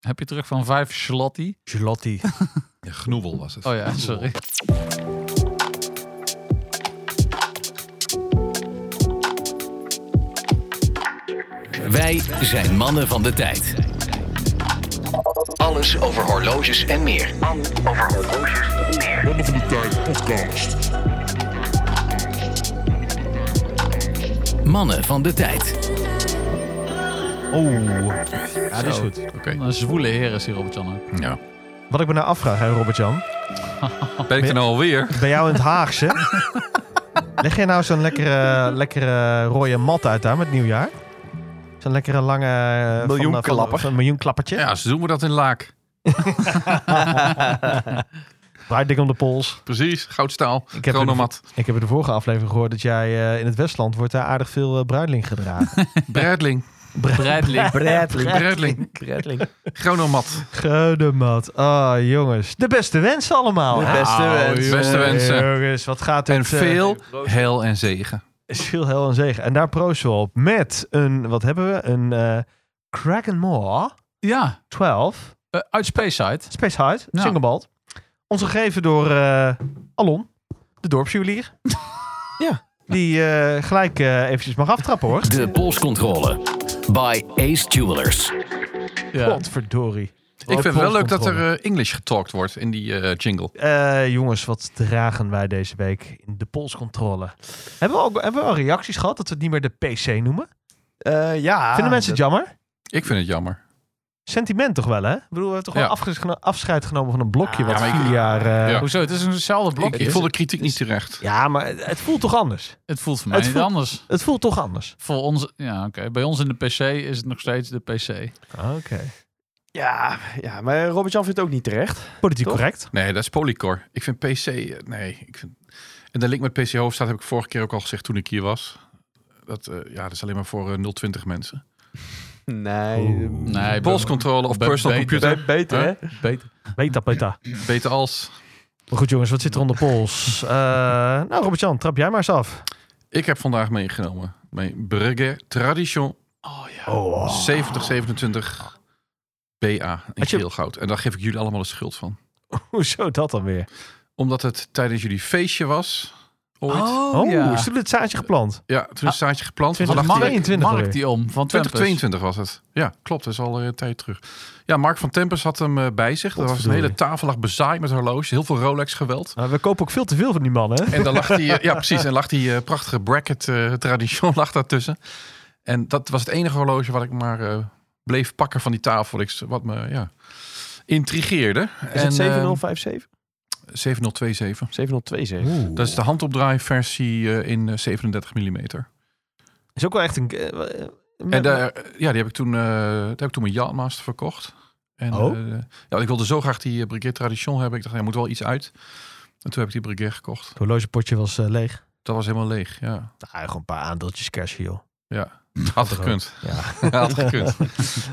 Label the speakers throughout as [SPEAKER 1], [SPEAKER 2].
[SPEAKER 1] Heb je terug van vijf Schlotti?
[SPEAKER 2] Gelotti.
[SPEAKER 3] Ja, Gnoebel was het.
[SPEAKER 1] Oh ja, sorry.
[SPEAKER 4] Wij zijn mannen van de tijd. Alles over horloges en meer.
[SPEAKER 5] Mannen van de Tijd podcast.
[SPEAKER 4] Mannen van de tijd.
[SPEAKER 2] Oeh. Ja, dat is
[SPEAKER 1] Zo.
[SPEAKER 2] goed.
[SPEAKER 3] Oké.
[SPEAKER 1] Een zwoele heer is hier Robert-Jan ook.
[SPEAKER 3] Ja.
[SPEAKER 2] Wat ik me nou afvraag, hè, Robert-Jan.
[SPEAKER 3] Ben ik er nou alweer?
[SPEAKER 2] Bij jou in het Haagse. Leg jij nou zo'n lekkere, lekkere rode mat uit daar met nieuwjaar? Zo'n lekkere lange... eh, van-
[SPEAKER 3] Miljoenklapper.
[SPEAKER 2] van- van Een miljoenklappertje.
[SPEAKER 3] Ja, ze doen me dat in Laak.
[SPEAKER 2] Draai dik om de pols.
[SPEAKER 3] Precies, goudstaal,
[SPEAKER 2] Ik heb
[SPEAKER 3] chronomat.
[SPEAKER 2] Ik heb in de vorige aflevering gehoord dat jij eh, in het Westland wordt daar aardig veel eh, bruidling gedragen.
[SPEAKER 3] Breidling,
[SPEAKER 1] Breidling.
[SPEAKER 2] bruidling.
[SPEAKER 3] Breidling, chronomat.
[SPEAKER 2] Geudemat. Ah, jongens. De beste wensen allemaal.
[SPEAKER 6] De beste wens.
[SPEAKER 3] Beste wensen.
[SPEAKER 2] Jongens, wat gaat het...
[SPEAKER 3] En
[SPEAKER 2] eh,
[SPEAKER 3] veel heil en zegen.
[SPEAKER 2] is veel hel en zegen. En daar proosten we op met een, wat hebben we? Een eh Krakenmaw
[SPEAKER 1] Ja,
[SPEAKER 2] 12
[SPEAKER 1] eh, uit Speyside.
[SPEAKER 2] Space Hide
[SPEAKER 6] Nou.
[SPEAKER 1] Ja.
[SPEAKER 2] Single Bald. Ons gegeven door eh, Alon, de dorpsjuwelier.
[SPEAKER 6] Ja.
[SPEAKER 2] Die eh, gelijk eh, eventjes mag aftrappen hoor.
[SPEAKER 4] De polscontrole. By Ace Jewelers.
[SPEAKER 1] Ja.
[SPEAKER 2] Godverdorie.
[SPEAKER 3] Ik vind wel leuk dat er
[SPEAKER 2] Polscontrole.
[SPEAKER 3] eh, English getalkt wordt in die eh, jingle.
[SPEAKER 2] Eh, jongens, wat dragen wij deze week in de polscontrole? Hebben we, ook, hebben we al reacties gehad dat we het niet meer de PC noemen?
[SPEAKER 6] Eh, ja.
[SPEAKER 2] Vinden mensen het
[SPEAKER 6] dat-
[SPEAKER 2] jammer?
[SPEAKER 3] Ik vind het jammer.
[SPEAKER 2] Sentiment toch wel, hè? Ik bedoel, we hebben toch wel
[SPEAKER 3] Ja.
[SPEAKER 2] afges- geno- afscheid genomen van een blokje
[SPEAKER 1] Ah,
[SPEAKER 2] wat
[SPEAKER 3] maar ik-
[SPEAKER 2] vier jaar... eh,
[SPEAKER 3] Ja.
[SPEAKER 1] Hoezo? Het is eenzelfde
[SPEAKER 3] Ik,
[SPEAKER 1] blokje.
[SPEAKER 3] ik voel de kritiek niet terecht.
[SPEAKER 2] Ja, maar het het voelt toch anders?
[SPEAKER 1] Het voelt voor mij
[SPEAKER 2] Het
[SPEAKER 1] niet
[SPEAKER 2] voelt-
[SPEAKER 1] anders.
[SPEAKER 2] Het voelt toch anders?
[SPEAKER 1] Voor ons, ja, oké. Bij ons in de PC is het nog steeds de PC.
[SPEAKER 6] Ah,
[SPEAKER 2] Oké.
[SPEAKER 6] Ja, ja, maar Robert-Jan vindt het ook niet terecht.
[SPEAKER 2] Politiek
[SPEAKER 6] Toch?
[SPEAKER 2] correct.
[SPEAKER 3] Nee, dat is Polycor. Ik vind PC... eh, Nee, ik vind... En de link met PC Hoofdstad heb ik vorige keer ook al gezegd toen ik hier was. Dat, eh, ja, dat is alleen maar voor eh, 020 mensen.
[SPEAKER 6] Nee.
[SPEAKER 1] Nee,
[SPEAKER 3] Polscontrole of
[SPEAKER 1] Be-
[SPEAKER 3] personal
[SPEAKER 1] beter.
[SPEAKER 3] computer.
[SPEAKER 6] be- Beter,
[SPEAKER 3] Huh?
[SPEAKER 6] hè?
[SPEAKER 1] beter.
[SPEAKER 2] Beta, beta.
[SPEAKER 3] Beter als...
[SPEAKER 2] Maar goed jongens, wat zit er onder pols? Eh, nou Robert-Jan, trap jij maar eens af.
[SPEAKER 3] Ik heb vandaag meegenomen mijn Brugge Tradition
[SPEAKER 1] Oh ja.
[SPEAKER 3] 7027 BA in
[SPEAKER 2] Had je-
[SPEAKER 3] geel goud. En daar geef ik jullie allemaal de schuld van.
[SPEAKER 2] Hoezo dat dan weer?
[SPEAKER 3] Omdat het tijdens jullie feestje was. Ooit.
[SPEAKER 1] Oh, Ah,
[SPEAKER 2] Oh,
[SPEAKER 1] ja.
[SPEAKER 2] is toen het zaadje geplant?
[SPEAKER 3] Ja, toen is het zaadje geplant. Toen dacht ik-
[SPEAKER 2] 2022
[SPEAKER 1] Mark
[SPEAKER 2] alweer.
[SPEAKER 1] die om van Tempus.
[SPEAKER 3] 2022 was het. Ja, klopt. Dat is al eh, een tijd terug. Ja, Mark van Tempers had hem eh, bij zich. Er was een
[SPEAKER 2] Godverdorie.
[SPEAKER 3] hele tafel lag bezaaid met horloges. Heel veel Rolex geweld.
[SPEAKER 2] Nou, we kopen ook veel te veel van die mannen. hè?
[SPEAKER 3] En dan lag die, eh, ja precies, en lag die eh, prachtige bracket eh tradition lag daartussen. En dat was het enige horloge wat ik maar eh, bleef pakken van die tafel. Ik, wat me, ja, intrigeerde. en,
[SPEAKER 6] Is het
[SPEAKER 3] eh,
[SPEAKER 6] 7057?
[SPEAKER 3] 7027.
[SPEAKER 6] 7027.
[SPEAKER 2] Oeh.
[SPEAKER 3] Dat is de handopdraaiversie eh, in eh, 37 mm.
[SPEAKER 2] Is ook wel echt een... eh, eh,
[SPEAKER 3] En daar, eh, ja, die heb ik toen, eh, daar heb ik toen mijn Yachtmaster verkocht. En,
[SPEAKER 2] Oh.
[SPEAKER 3] eh, ja, ik wilde zo graag die eh, Breguet Tradition hebben. Ik dacht, er moet wel iets uit. En toen heb ik die Breguet gekocht.
[SPEAKER 2] Het horlogepotje was eh, leeg.
[SPEAKER 3] Dat was helemaal leeg, ja.
[SPEAKER 2] Nou, gewoon een paar aandeeltjes kersen, joh.
[SPEAKER 3] Had gekund.
[SPEAKER 2] Ja.
[SPEAKER 3] Had gekund.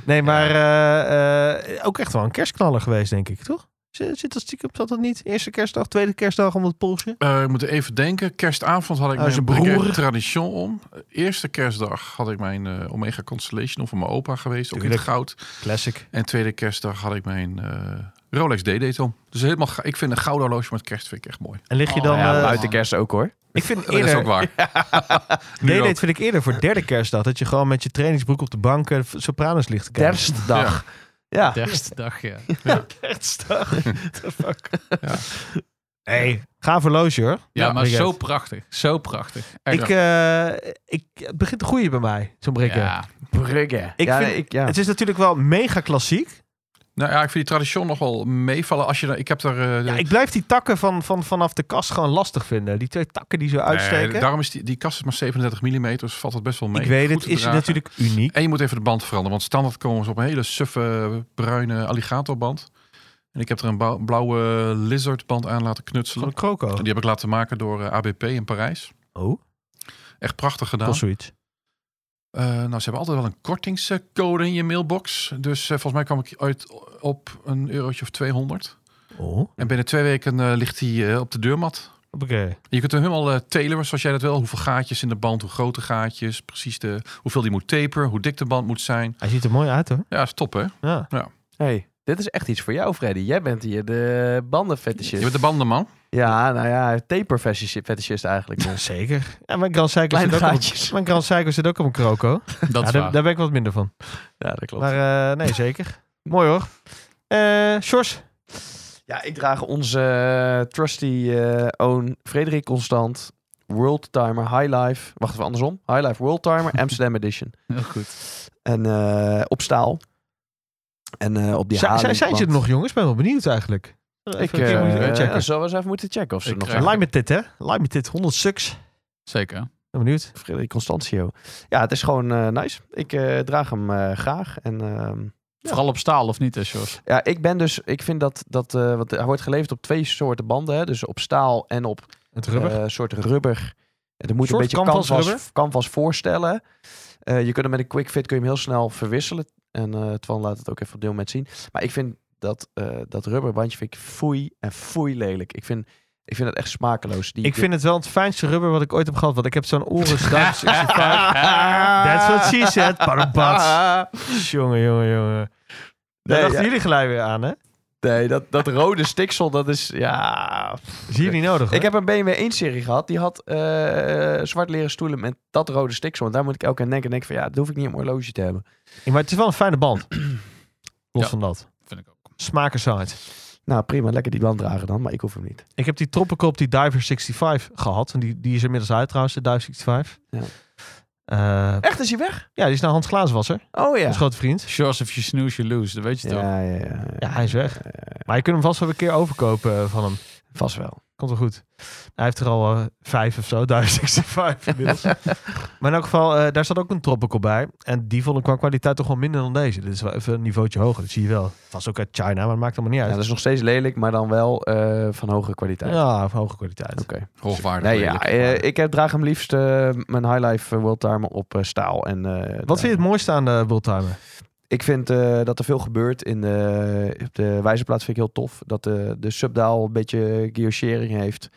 [SPEAKER 2] Nee, maar eh, eh, ook echt wel een kerstknaller geweest, denk ik, toch? Zit, zit dat stiekem, zat dat niet? Eerste kerstdag, tweede kerstdag om dat polsje?
[SPEAKER 3] Eh, ik moet even denken. Kerstavond had ik
[SPEAKER 2] Hij Oh, is
[SPEAKER 3] mijn
[SPEAKER 2] een broer.
[SPEAKER 3] broer tradition om. Eerste kerstdag had ik mijn eh, Omega Constellation om van mijn opa geweest. Ook in het
[SPEAKER 2] Tuurlijk.
[SPEAKER 3] goud.
[SPEAKER 2] Classic.
[SPEAKER 3] En tweede kerstdag had ik mijn eh, Rolex D-Date om. Dus helemaal, ga- ik vind een gouden horloge met kerst vind ik echt mooi.
[SPEAKER 2] En lig je
[SPEAKER 1] Oh,
[SPEAKER 2] dan...
[SPEAKER 6] ja,
[SPEAKER 2] eh,
[SPEAKER 6] buiten kerst ook hoor.
[SPEAKER 2] ik vind
[SPEAKER 3] Oh, Dat is ook
[SPEAKER 2] eerder...
[SPEAKER 3] waar.
[SPEAKER 2] Nee,
[SPEAKER 3] Nu
[SPEAKER 2] nee,
[SPEAKER 3] ook.
[SPEAKER 2] dat vind ik eerder voor derde kerstdag. Dat je gewoon met je trainingsbroek op de bank eh, Sopranos ligt te kijken.
[SPEAKER 6] Kerstdag. Ja.
[SPEAKER 1] Kerstdag, ja.
[SPEAKER 2] Kerstdag. The fuck?
[SPEAKER 3] Ja.
[SPEAKER 2] Nee, ga voor loge hoor.
[SPEAKER 1] Ja, maar
[SPEAKER 2] Breguet.
[SPEAKER 1] zo prachtig. Zo prachtig. Echt.
[SPEAKER 2] Ik, eh, ik, het begint te groeien bij mij, zo'n brekken.
[SPEAKER 1] ja.
[SPEAKER 6] Brugge.
[SPEAKER 2] Ik
[SPEAKER 6] ja,
[SPEAKER 2] vind-
[SPEAKER 6] nee, ik, ja.
[SPEAKER 2] Het is natuurlijk wel mega klassiek.
[SPEAKER 3] Nou ja, ik vind die tradition nog wel meevallen. Als je, dan- ik heb daar... eh,
[SPEAKER 2] Ja, ik blijf die takken van, van, vanaf de kast gewoon lastig vinden. Die twee takken die zo uitsteken.
[SPEAKER 3] Nee, daarom is die, die kast is maar 37 mm, dus valt het best wel mee.
[SPEAKER 2] ik weet
[SPEAKER 3] Goed
[SPEAKER 2] het,
[SPEAKER 3] te
[SPEAKER 2] is
[SPEAKER 3] dragen.
[SPEAKER 2] natuurlijk uniek.
[SPEAKER 3] En je moet even de band veranderen, want standaard komen ze op een hele suffe bruine alligatorband. En ik heb er een bau- blauwe lizardband aan laten knutselen.
[SPEAKER 2] Van een croco.
[SPEAKER 3] En die heb ik laten maken door eh, ABP in Parijs.
[SPEAKER 2] Oh,
[SPEAKER 3] Echt prachtig gedaan.
[SPEAKER 2] kost zoiets.
[SPEAKER 3] Eh, nou, ze hebben altijd wel een kortingscode in je mailbox. Dus eh, volgens mij kwam ik uit op een eurotje of 200.
[SPEAKER 2] Oh,
[SPEAKER 3] En binnen twee weken eh, ligt die eh, op de deurmat.
[SPEAKER 2] oké.
[SPEAKER 3] Je kunt hem helemaal eh tailoren zoals jij dat wil. Hoeveel gaatjes in de band, hoe grote gaatjes. Precies de, hoeveel die moet taperen, hoe dik de band moet zijn.
[SPEAKER 2] Hij ziet er mooi uit hoor.
[SPEAKER 3] Ja, is top hè.
[SPEAKER 2] Ja.
[SPEAKER 3] Ja.
[SPEAKER 6] hey, dit is echt iets voor jou, Freddy. Jij bent hier de
[SPEAKER 3] Je
[SPEAKER 6] bandenfetischist.
[SPEAKER 3] bent de bandenman.
[SPEAKER 6] Ja, nou ja, taperfetischist eigenlijk. dus.
[SPEAKER 2] Zeker. En mijn Grand Seiko
[SPEAKER 6] Kleine
[SPEAKER 2] zit ook op,
[SPEAKER 6] gaatjes.
[SPEAKER 2] mijn Grand Seiko zit ook op een croco.
[SPEAKER 1] Dat
[SPEAKER 2] Ja,
[SPEAKER 1] is
[SPEAKER 2] daar,
[SPEAKER 1] waar.
[SPEAKER 2] daar ben ik wat minder van.
[SPEAKER 6] Ja, dat klopt.
[SPEAKER 2] Maar eh, nee, zeker. Mooi hoor. Eh Sjors,
[SPEAKER 6] Ja, ik draag onze eh, trusty eh, own Frederik Constant World Timer High Life. Wacht even, andersom. High Life World Timer Amsterdam Edition.
[SPEAKER 1] Heel goed.
[SPEAKER 6] En eh, op staal. En eh, op die
[SPEAKER 2] zijn- zijn,
[SPEAKER 6] haling,
[SPEAKER 2] zijn ze
[SPEAKER 6] want
[SPEAKER 2] er nog jongens? Ben wel benieuwd eigenlijk.
[SPEAKER 6] Ik
[SPEAKER 2] Even een keer
[SPEAKER 6] eh,
[SPEAKER 2] moeten checken.
[SPEAKER 6] ja, zullen we eens even moeten checken of ze
[SPEAKER 1] Ik
[SPEAKER 6] er nog
[SPEAKER 1] krijg-
[SPEAKER 6] zijn.
[SPEAKER 2] Like met dit hè? Like met dit. 100 sucks.
[SPEAKER 1] Zeker.
[SPEAKER 2] Ben benieuwd.
[SPEAKER 6] Frederik Constantio. eh, Ja, het is gewoon eh, nice. Ik eh, draag hem eh, graag. En ehm,
[SPEAKER 1] Vooral op staal of niet, hè, Sjors?
[SPEAKER 6] ja, ik ben dus, ik vind dat, dat eh want hij wordt geleverd op twee soorten banden. Hè? Dus op staal en op
[SPEAKER 2] Het rubber.
[SPEAKER 6] eh, soort rubber. Het moet
[SPEAKER 2] Soort
[SPEAKER 6] een beetje
[SPEAKER 2] canvas
[SPEAKER 6] canvas,
[SPEAKER 2] rubber?
[SPEAKER 6] canvas voorstellen. Eh, je kunt hem met een quick fit kun je hem heel snel verwisselen. En eh Twan laat het ook even op dit moment zien. Maar ik vind dat, eh dat rubberbandje vind ik foei en foei lelijk. Ik vind, ik vind dat echt smakeloos. Die,
[SPEAKER 2] ik vind het wel het fijnste rubber wat ik ooit heb gehad. Want ik heb zo'n Oris Duim 65. That's what she said. Parabats. jongen, jongen, jongen. Daar
[SPEAKER 6] Ah! Nee,
[SPEAKER 2] dachten
[SPEAKER 6] ja.
[SPEAKER 2] jullie gelijk weer aan hè?
[SPEAKER 6] nee, dat, dat rode stiksel, dat is... Ja,
[SPEAKER 2] Is hier niet nodig hoor.
[SPEAKER 6] Ik heb een BMW 1-serie gehad. Die had eh, zwart leren stoelen met dat rode stiksel. En daar moet ik elke keer aan denken. En denk van, ja, dat hoef ik niet om horloge te hebben.
[SPEAKER 2] Ja, Maar het is wel een fijne band. Los
[SPEAKER 1] Ja.
[SPEAKER 2] van dat.
[SPEAKER 1] Vind ik ook.
[SPEAKER 2] Smaak aside.
[SPEAKER 6] Nou, prima. Lekker die band dragen dan. Maar ik hoef hem niet.
[SPEAKER 2] Ik heb die Tropical op die Diver 65 gehad. En die, die is inmiddels uit trouwens, de Diver 65.
[SPEAKER 6] Ja.
[SPEAKER 2] Eh,
[SPEAKER 6] Echt, is hij weg?
[SPEAKER 2] ja, die is naar Hans Glaaswasser.
[SPEAKER 6] Oh ja.
[SPEAKER 2] Ons grote vriend.
[SPEAKER 1] Sjors, if you snooze, you lose. Dat weet je toch?
[SPEAKER 6] Ja, ja, ja.
[SPEAKER 2] Ja, hij is weg. Maar je kunt hem vast wel een keer overkopen eh, van hem.
[SPEAKER 6] Vast wel.
[SPEAKER 2] Komt wel goed. Hij heeft er al eh, vijf of zo, 1065 inmiddels. maar in elk geval, eh, daar zat ook een tropical bij. En die vond ik qua kwaliteit toch wel minder dan deze. Dit is wel even een niveautje hoger, dat zie je wel. Het was ook uit China, maar dat maakt allemaal niet
[SPEAKER 6] Ja,
[SPEAKER 2] uit.
[SPEAKER 6] dat is nog steeds lelijk, maar dan wel eh, van hogere kwaliteit.
[SPEAKER 2] Ja, van hoge kwaliteit.
[SPEAKER 6] Oké.
[SPEAKER 3] Hoogwaardig.
[SPEAKER 6] Nee,
[SPEAKER 3] lelijk.
[SPEAKER 6] ja, eh, ik heb, draag hem liefst eh, mijn Highlife eh, World Timer op eh, staal. En, eh,
[SPEAKER 2] Wat vind je het mooiste aan eh, de Bulltimer?
[SPEAKER 6] Ik vind eh, dat er veel gebeurt in de, op de wijzerplaats vind ik heel tof. Dat de, de subdaal een beetje guillochering heeft.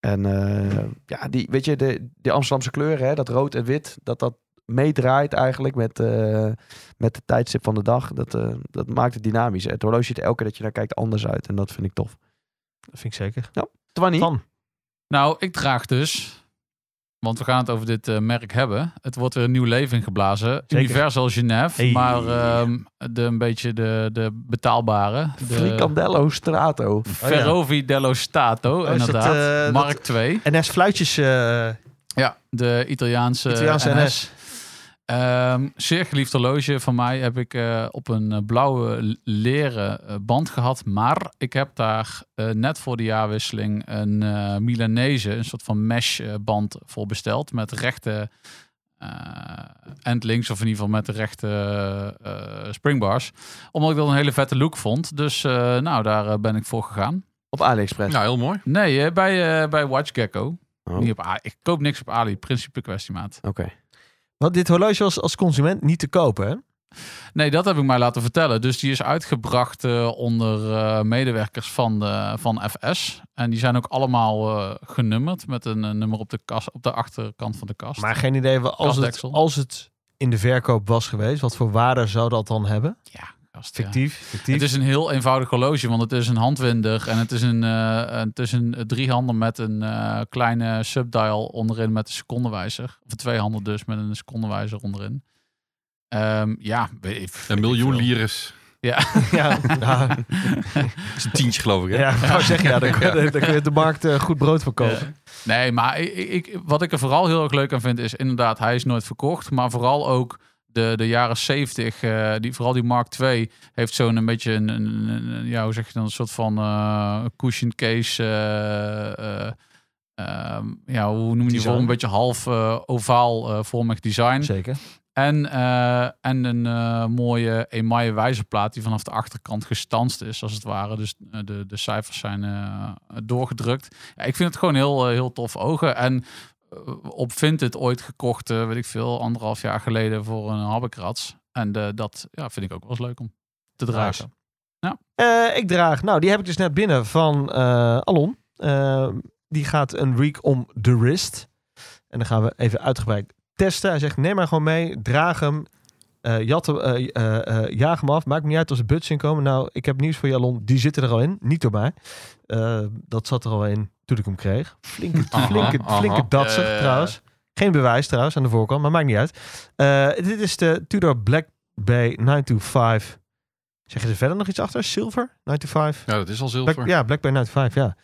[SPEAKER 6] En eh, ja, die, weet je, de, die Amsterdamse kleuren, hè, dat rood en wit, dat dat meedraait eigenlijk met, eh, met de tijdstip van de dag. Dat, eh, dat maakt het dynamisch. Het horloge ziet er elke keer dat je naar kijkt anders uit. En dat vind ik tof.
[SPEAKER 2] Dat vind ik zeker.
[SPEAKER 6] Twanny?
[SPEAKER 2] Van,
[SPEAKER 1] Nou, ik draag dus, want we gaan het over dit eh, merk hebben. Het wordt weer een nieuw leven ingeblazen. Universal Genève,
[SPEAKER 2] Hey.
[SPEAKER 1] maar ehm, de, een beetje de, de betaalbare. De
[SPEAKER 6] Fricandello Strato.
[SPEAKER 1] Ferrovi dello Stato,
[SPEAKER 2] Oh is
[SPEAKER 1] inderdaad.
[SPEAKER 2] dat, eh, dat-
[SPEAKER 1] Mark 2.
[SPEAKER 2] NS Fluitjes eh
[SPEAKER 1] Ja, de Italiaanse,
[SPEAKER 2] Italiaanse
[SPEAKER 1] NS.
[SPEAKER 2] NS.
[SPEAKER 1] Ehm, zeer geliefd horloge van mij heb ik eh, op een eh, blauwe l- leren eh, band gehad. Maar ik heb daar eh, net voor de jaarwisseling een eh Milanese, een soort van mesh eh, band voor besteld. Met rechte eh endlinks, of in ieder geval met de rechte eh, springbars. Omdat ik dat een hele vette look vond. Dus eh, nou, daar eh, ben ik voor gegaan.
[SPEAKER 6] Op AliExpress.
[SPEAKER 3] Nou, heel mooi.
[SPEAKER 1] Nee, eh, bij, eh bij Watch Gecko.
[SPEAKER 6] Oh.
[SPEAKER 1] Niet op A- ik koop niks op Ali, principe kwestie maat.
[SPEAKER 6] Oké.
[SPEAKER 2] Want dit horloge was als consument niet te kopen, hè?
[SPEAKER 1] Nee, dat heb ik mij laten vertellen. Dus die is uitgebracht eh, onder eh, medewerkers van, de, van FS. En die zijn ook allemaal eh, genummerd met een eh, nummer op de, kas, op de achterkant van de kast.
[SPEAKER 2] Maar geen idee, wa- als het,
[SPEAKER 1] Kastdeksel.
[SPEAKER 2] als het in de verkoop was geweest, wat voor waarde zou dat dan hebben?
[SPEAKER 1] ja, gast, ja.
[SPEAKER 2] Fictief, fictief.
[SPEAKER 1] Het is een heel eenvoudig horloge, want het is een handwinder. En het is een, eh, het is een driehanden met een eh, kleine subdial onderin met een secondenwijzer. Of twee handen dus met een secondenwijzer onderin. Ehm, ja, weet ik-
[SPEAKER 3] Een miljoen lires.
[SPEAKER 2] ja, nou,
[SPEAKER 3] Dat is een tientje, geloof ik. Hè?
[SPEAKER 2] Ja, ik wou zeggen, ja, dan kun, je, dan kun je de markt eh, goed brood verkopen.
[SPEAKER 1] Ja. Nee, maar ik, ik, ik- wat ik er vooral heel erg leuk aan vind is inderdaad, hij is nooit verkocht. Maar vooral ook de, de jaren 70, eh, die, vooral die Mark II, heeft zo'n een beetje een, een, een- een- ja, hoe zeg je dan, een soort van eh, cushion case. eh, eh, ehm, ja, hoe noem je die
[SPEAKER 2] Design.
[SPEAKER 1] vorm? Een beetje half eh, ovaal eh, vormig design.
[SPEAKER 2] Zeker.
[SPEAKER 1] En, eh, en een eh, mooie emaille wijzerplaat die vanaf de achterkant gestanst is, als het ware. Dus eh, de, de cijfers zijn eh, doorgedrukt. Ja, ik vind het gewoon heel, eh, heel tof ogen. En eh, op Vinted ooit gekocht, eh, weet ik veel, anderhalf jaar geleden voor een habbekrats. En eh, dat ja, vind ik ook wel eens leuk om te dragen.
[SPEAKER 2] Eh, ik draag, nou, die heb ik dus net binnen van eh, Alon. Eh, die gaat een week om de wrist. En dan gaan we even uitgebreid testen. Hij zegt, neem maar gewoon mee, draag hem. eh jat hem, eh, eh, eh, jaag hem af. Maakt me niet uit als er buts in komen. Nou, ik heb nieuws voor Jalon. Die zitten er al in. Niet door mij. Eh, dat zat er al in toen ik hem kreeg. Flinke,
[SPEAKER 3] Aha,
[SPEAKER 2] flinke,
[SPEAKER 3] aha.
[SPEAKER 2] flinke datser
[SPEAKER 1] Ja, ja, ja.
[SPEAKER 2] trouwens. Geen bewijs trouwens aan de voorkant, maar maakt niet uit. Eh, dit is de Tudor Black Bay 925. Zeggen ze verder nog iets achter? Silver 925?
[SPEAKER 3] Ja, dat is al
[SPEAKER 2] Black-
[SPEAKER 3] zilver.
[SPEAKER 2] ja, Black Bay 925, ja.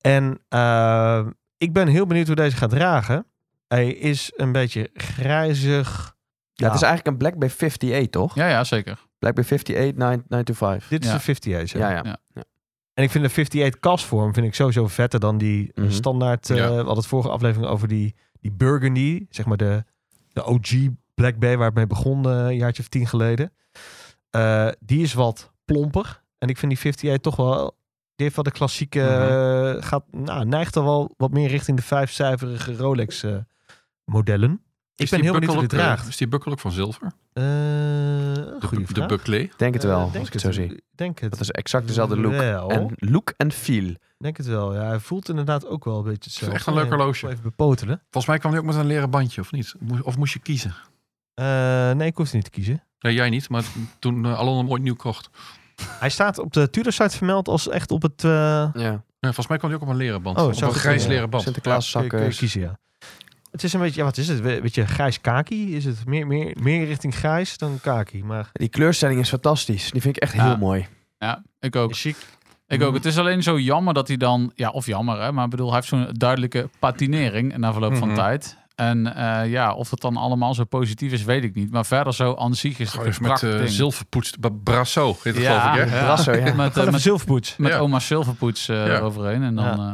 [SPEAKER 2] En eh, ik ben heel benieuwd hoe deze gaat dragen. Hij is een beetje grijzig.
[SPEAKER 6] Ja, het is eigenlijk een Black Bay 58, toch?
[SPEAKER 1] Ja, ja, zeker.
[SPEAKER 6] Black Bay 58, 9, 9 to 5.
[SPEAKER 2] Dit is
[SPEAKER 1] Ja.
[SPEAKER 2] een 58.
[SPEAKER 6] Ja, ja.
[SPEAKER 1] Ja.
[SPEAKER 2] En ik vind de 58 kasvorm vind ik sowieso vetter dan die eh,
[SPEAKER 6] Mhm.
[SPEAKER 2] standaard. eh
[SPEAKER 3] Ja.
[SPEAKER 2] We hadden het vorige aflevering over die, die Burgundy. Zeg maar de, de OG Black Bay waar het mee begon eh, een jaartje of tien geleden. Eh, die is wat plomper. En ik vind die 58 toch wel... Die heeft wel de klassieke...
[SPEAKER 6] Mhm.
[SPEAKER 2] eh, gaat, nou, neigt er wel wat meer richting de vijfcijferige Rolex eh, modellen.
[SPEAKER 3] Is
[SPEAKER 2] Ik ben
[SPEAKER 3] die
[SPEAKER 2] heel benieuwd hoe
[SPEAKER 3] bukkel
[SPEAKER 2] die
[SPEAKER 3] ook, eh,
[SPEAKER 2] draagt.
[SPEAKER 3] Is die bukkel ook van zilver?
[SPEAKER 2] Eh
[SPEAKER 3] De,
[SPEAKER 2] goede
[SPEAKER 3] bu- de
[SPEAKER 2] vraag.
[SPEAKER 3] buckle.
[SPEAKER 6] Ik Denk het
[SPEAKER 2] Eh,
[SPEAKER 6] wel,
[SPEAKER 2] denk
[SPEAKER 6] als ik het zo
[SPEAKER 2] het-
[SPEAKER 6] zie.
[SPEAKER 2] Denk het.
[SPEAKER 6] Dat is exact dezelfde look.
[SPEAKER 2] wel.
[SPEAKER 6] En look en feel.
[SPEAKER 2] Denk het wel, ja. Hij voelt inderdaad ook wel een beetje
[SPEAKER 3] is
[SPEAKER 2] hetzelfde.
[SPEAKER 3] echt een leuk
[SPEAKER 2] Even-
[SPEAKER 3] horloge.
[SPEAKER 2] Even bepotelen.
[SPEAKER 3] Volgens mij kwam die ook met een leren bandje, of niet? Moe- Of moest je kiezen?
[SPEAKER 2] Eh, nee, ik hoef het niet te kiezen.
[SPEAKER 3] Nee, jij niet, maar toen eh, Alon hem ooit nieuw kocht.
[SPEAKER 2] Hij staat op de Tudor-site vermeld als echt op het... eh,
[SPEAKER 6] Ja.
[SPEAKER 3] Nee, volgens mij kwam die ook op een leren band.
[SPEAKER 2] Oh,
[SPEAKER 3] op
[SPEAKER 2] zou
[SPEAKER 3] een
[SPEAKER 2] het
[SPEAKER 3] grijs
[SPEAKER 2] kunnen, ja.
[SPEAKER 3] leren band.
[SPEAKER 6] Sinterklaas
[SPEAKER 2] kun je- kun je
[SPEAKER 6] zakken.
[SPEAKER 2] kiezen, ja. Het is een beetje, ja, wat is het? Een beetje grijs kaki? Is het meer, meer, meer richting grijs dan kaki? Maar
[SPEAKER 6] Die kleurstelling is fantastisch. Die vind ik echt
[SPEAKER 1] Ja.
[SPEAKER 6] heel mooi.
[SPEAKER 1] Ja, ik ook.
[SPEAKER 2] chic.
[SPEAKER 1] Ik
[SPEAKER 3] Mhm.
[SPEAKER 1] ook. Het is alleen zo jammer dat hij dan... Ja, of jammer, hè. Maar ik bedoel, hij heeft zo'n duidelijke patinering na verloop van
[SPEAKER 3] Mhm.
[SPEAKER 1] tijd. En eh, ja, of het dan allemaal zo positief is, weet ik niet. Maar verder zo aan zich is het
[SPEAKER 3] Gewoon
[SPEAKER 1] een
[SPEAKER 3] even met
[SPEAKER 1] prachtig
[SPEAKER 3] eh
[SPEAKER 1] ding.
[SPEAKER 3] zilverpoetst. ba- Brasso, heet het
[SPEAKER 1] ja,
[SPEAKER 3] geloof ik, hè?
[SPEAKER 1] ja.
[SPEAKER 6] Brasso, ja.
[SPEAKER 1] Met, eh,
[SPEAKER 2] Gewoon een
[SPEAKER 1] met,
[SPEAKER 2] zilverpoets.
[SPEAKER 1] met
[SPEAKER 3] Ja.
[SPEAKER 1] oma's zilverpoets eh, eroverheen. En dan,
[SPEAKER 2] Ja.
[SPEAKER 1] eh,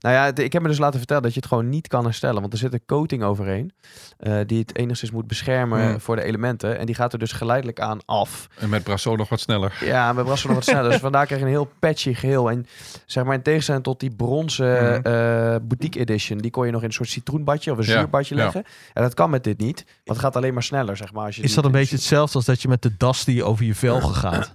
[SPEAKER 6] Nou ja, het- ik heb me dus laten vertellen dat je het gewoon niet kan herstellen. Want er zit een coating overheen. eh, die het enigszins moet beschermen
[SPEAKER 3] Mm.
[SPEAKER 6] voor de elementen. En die gaat er dus geleidelijk aan af.
[SPEAKER 3] En met Brasso nog wat sneller.
[SPEAKER 6] Ja, we brassen nog wat sneller. Dus vandaar krijg je een heel patchy geheel. En zeg maar in tegenstelling tot die bronzen
[SPEAKER 3] Mhm.
[SPEAKER 6] eh, boutique edition. Die kon je nog in een soort citroenbadje of een
[SPEAKER 3] Ja,
[SPEAKER 6] zuurbadje
[SPEAKER 3] ja.
[SPEAKER 6] leggen. En dat kan met dit niet. Want het gaat alleen maar sneller, zeg maar. Als je
[SPEAKER 2] Is
[SPEAKER 6] die-
[SPEAKER 2] dat een beetje hetzelfde als dat je met de das die over je velgen gaat?
[SPEAKER 6] Ja,
[SPEAKER 2] Het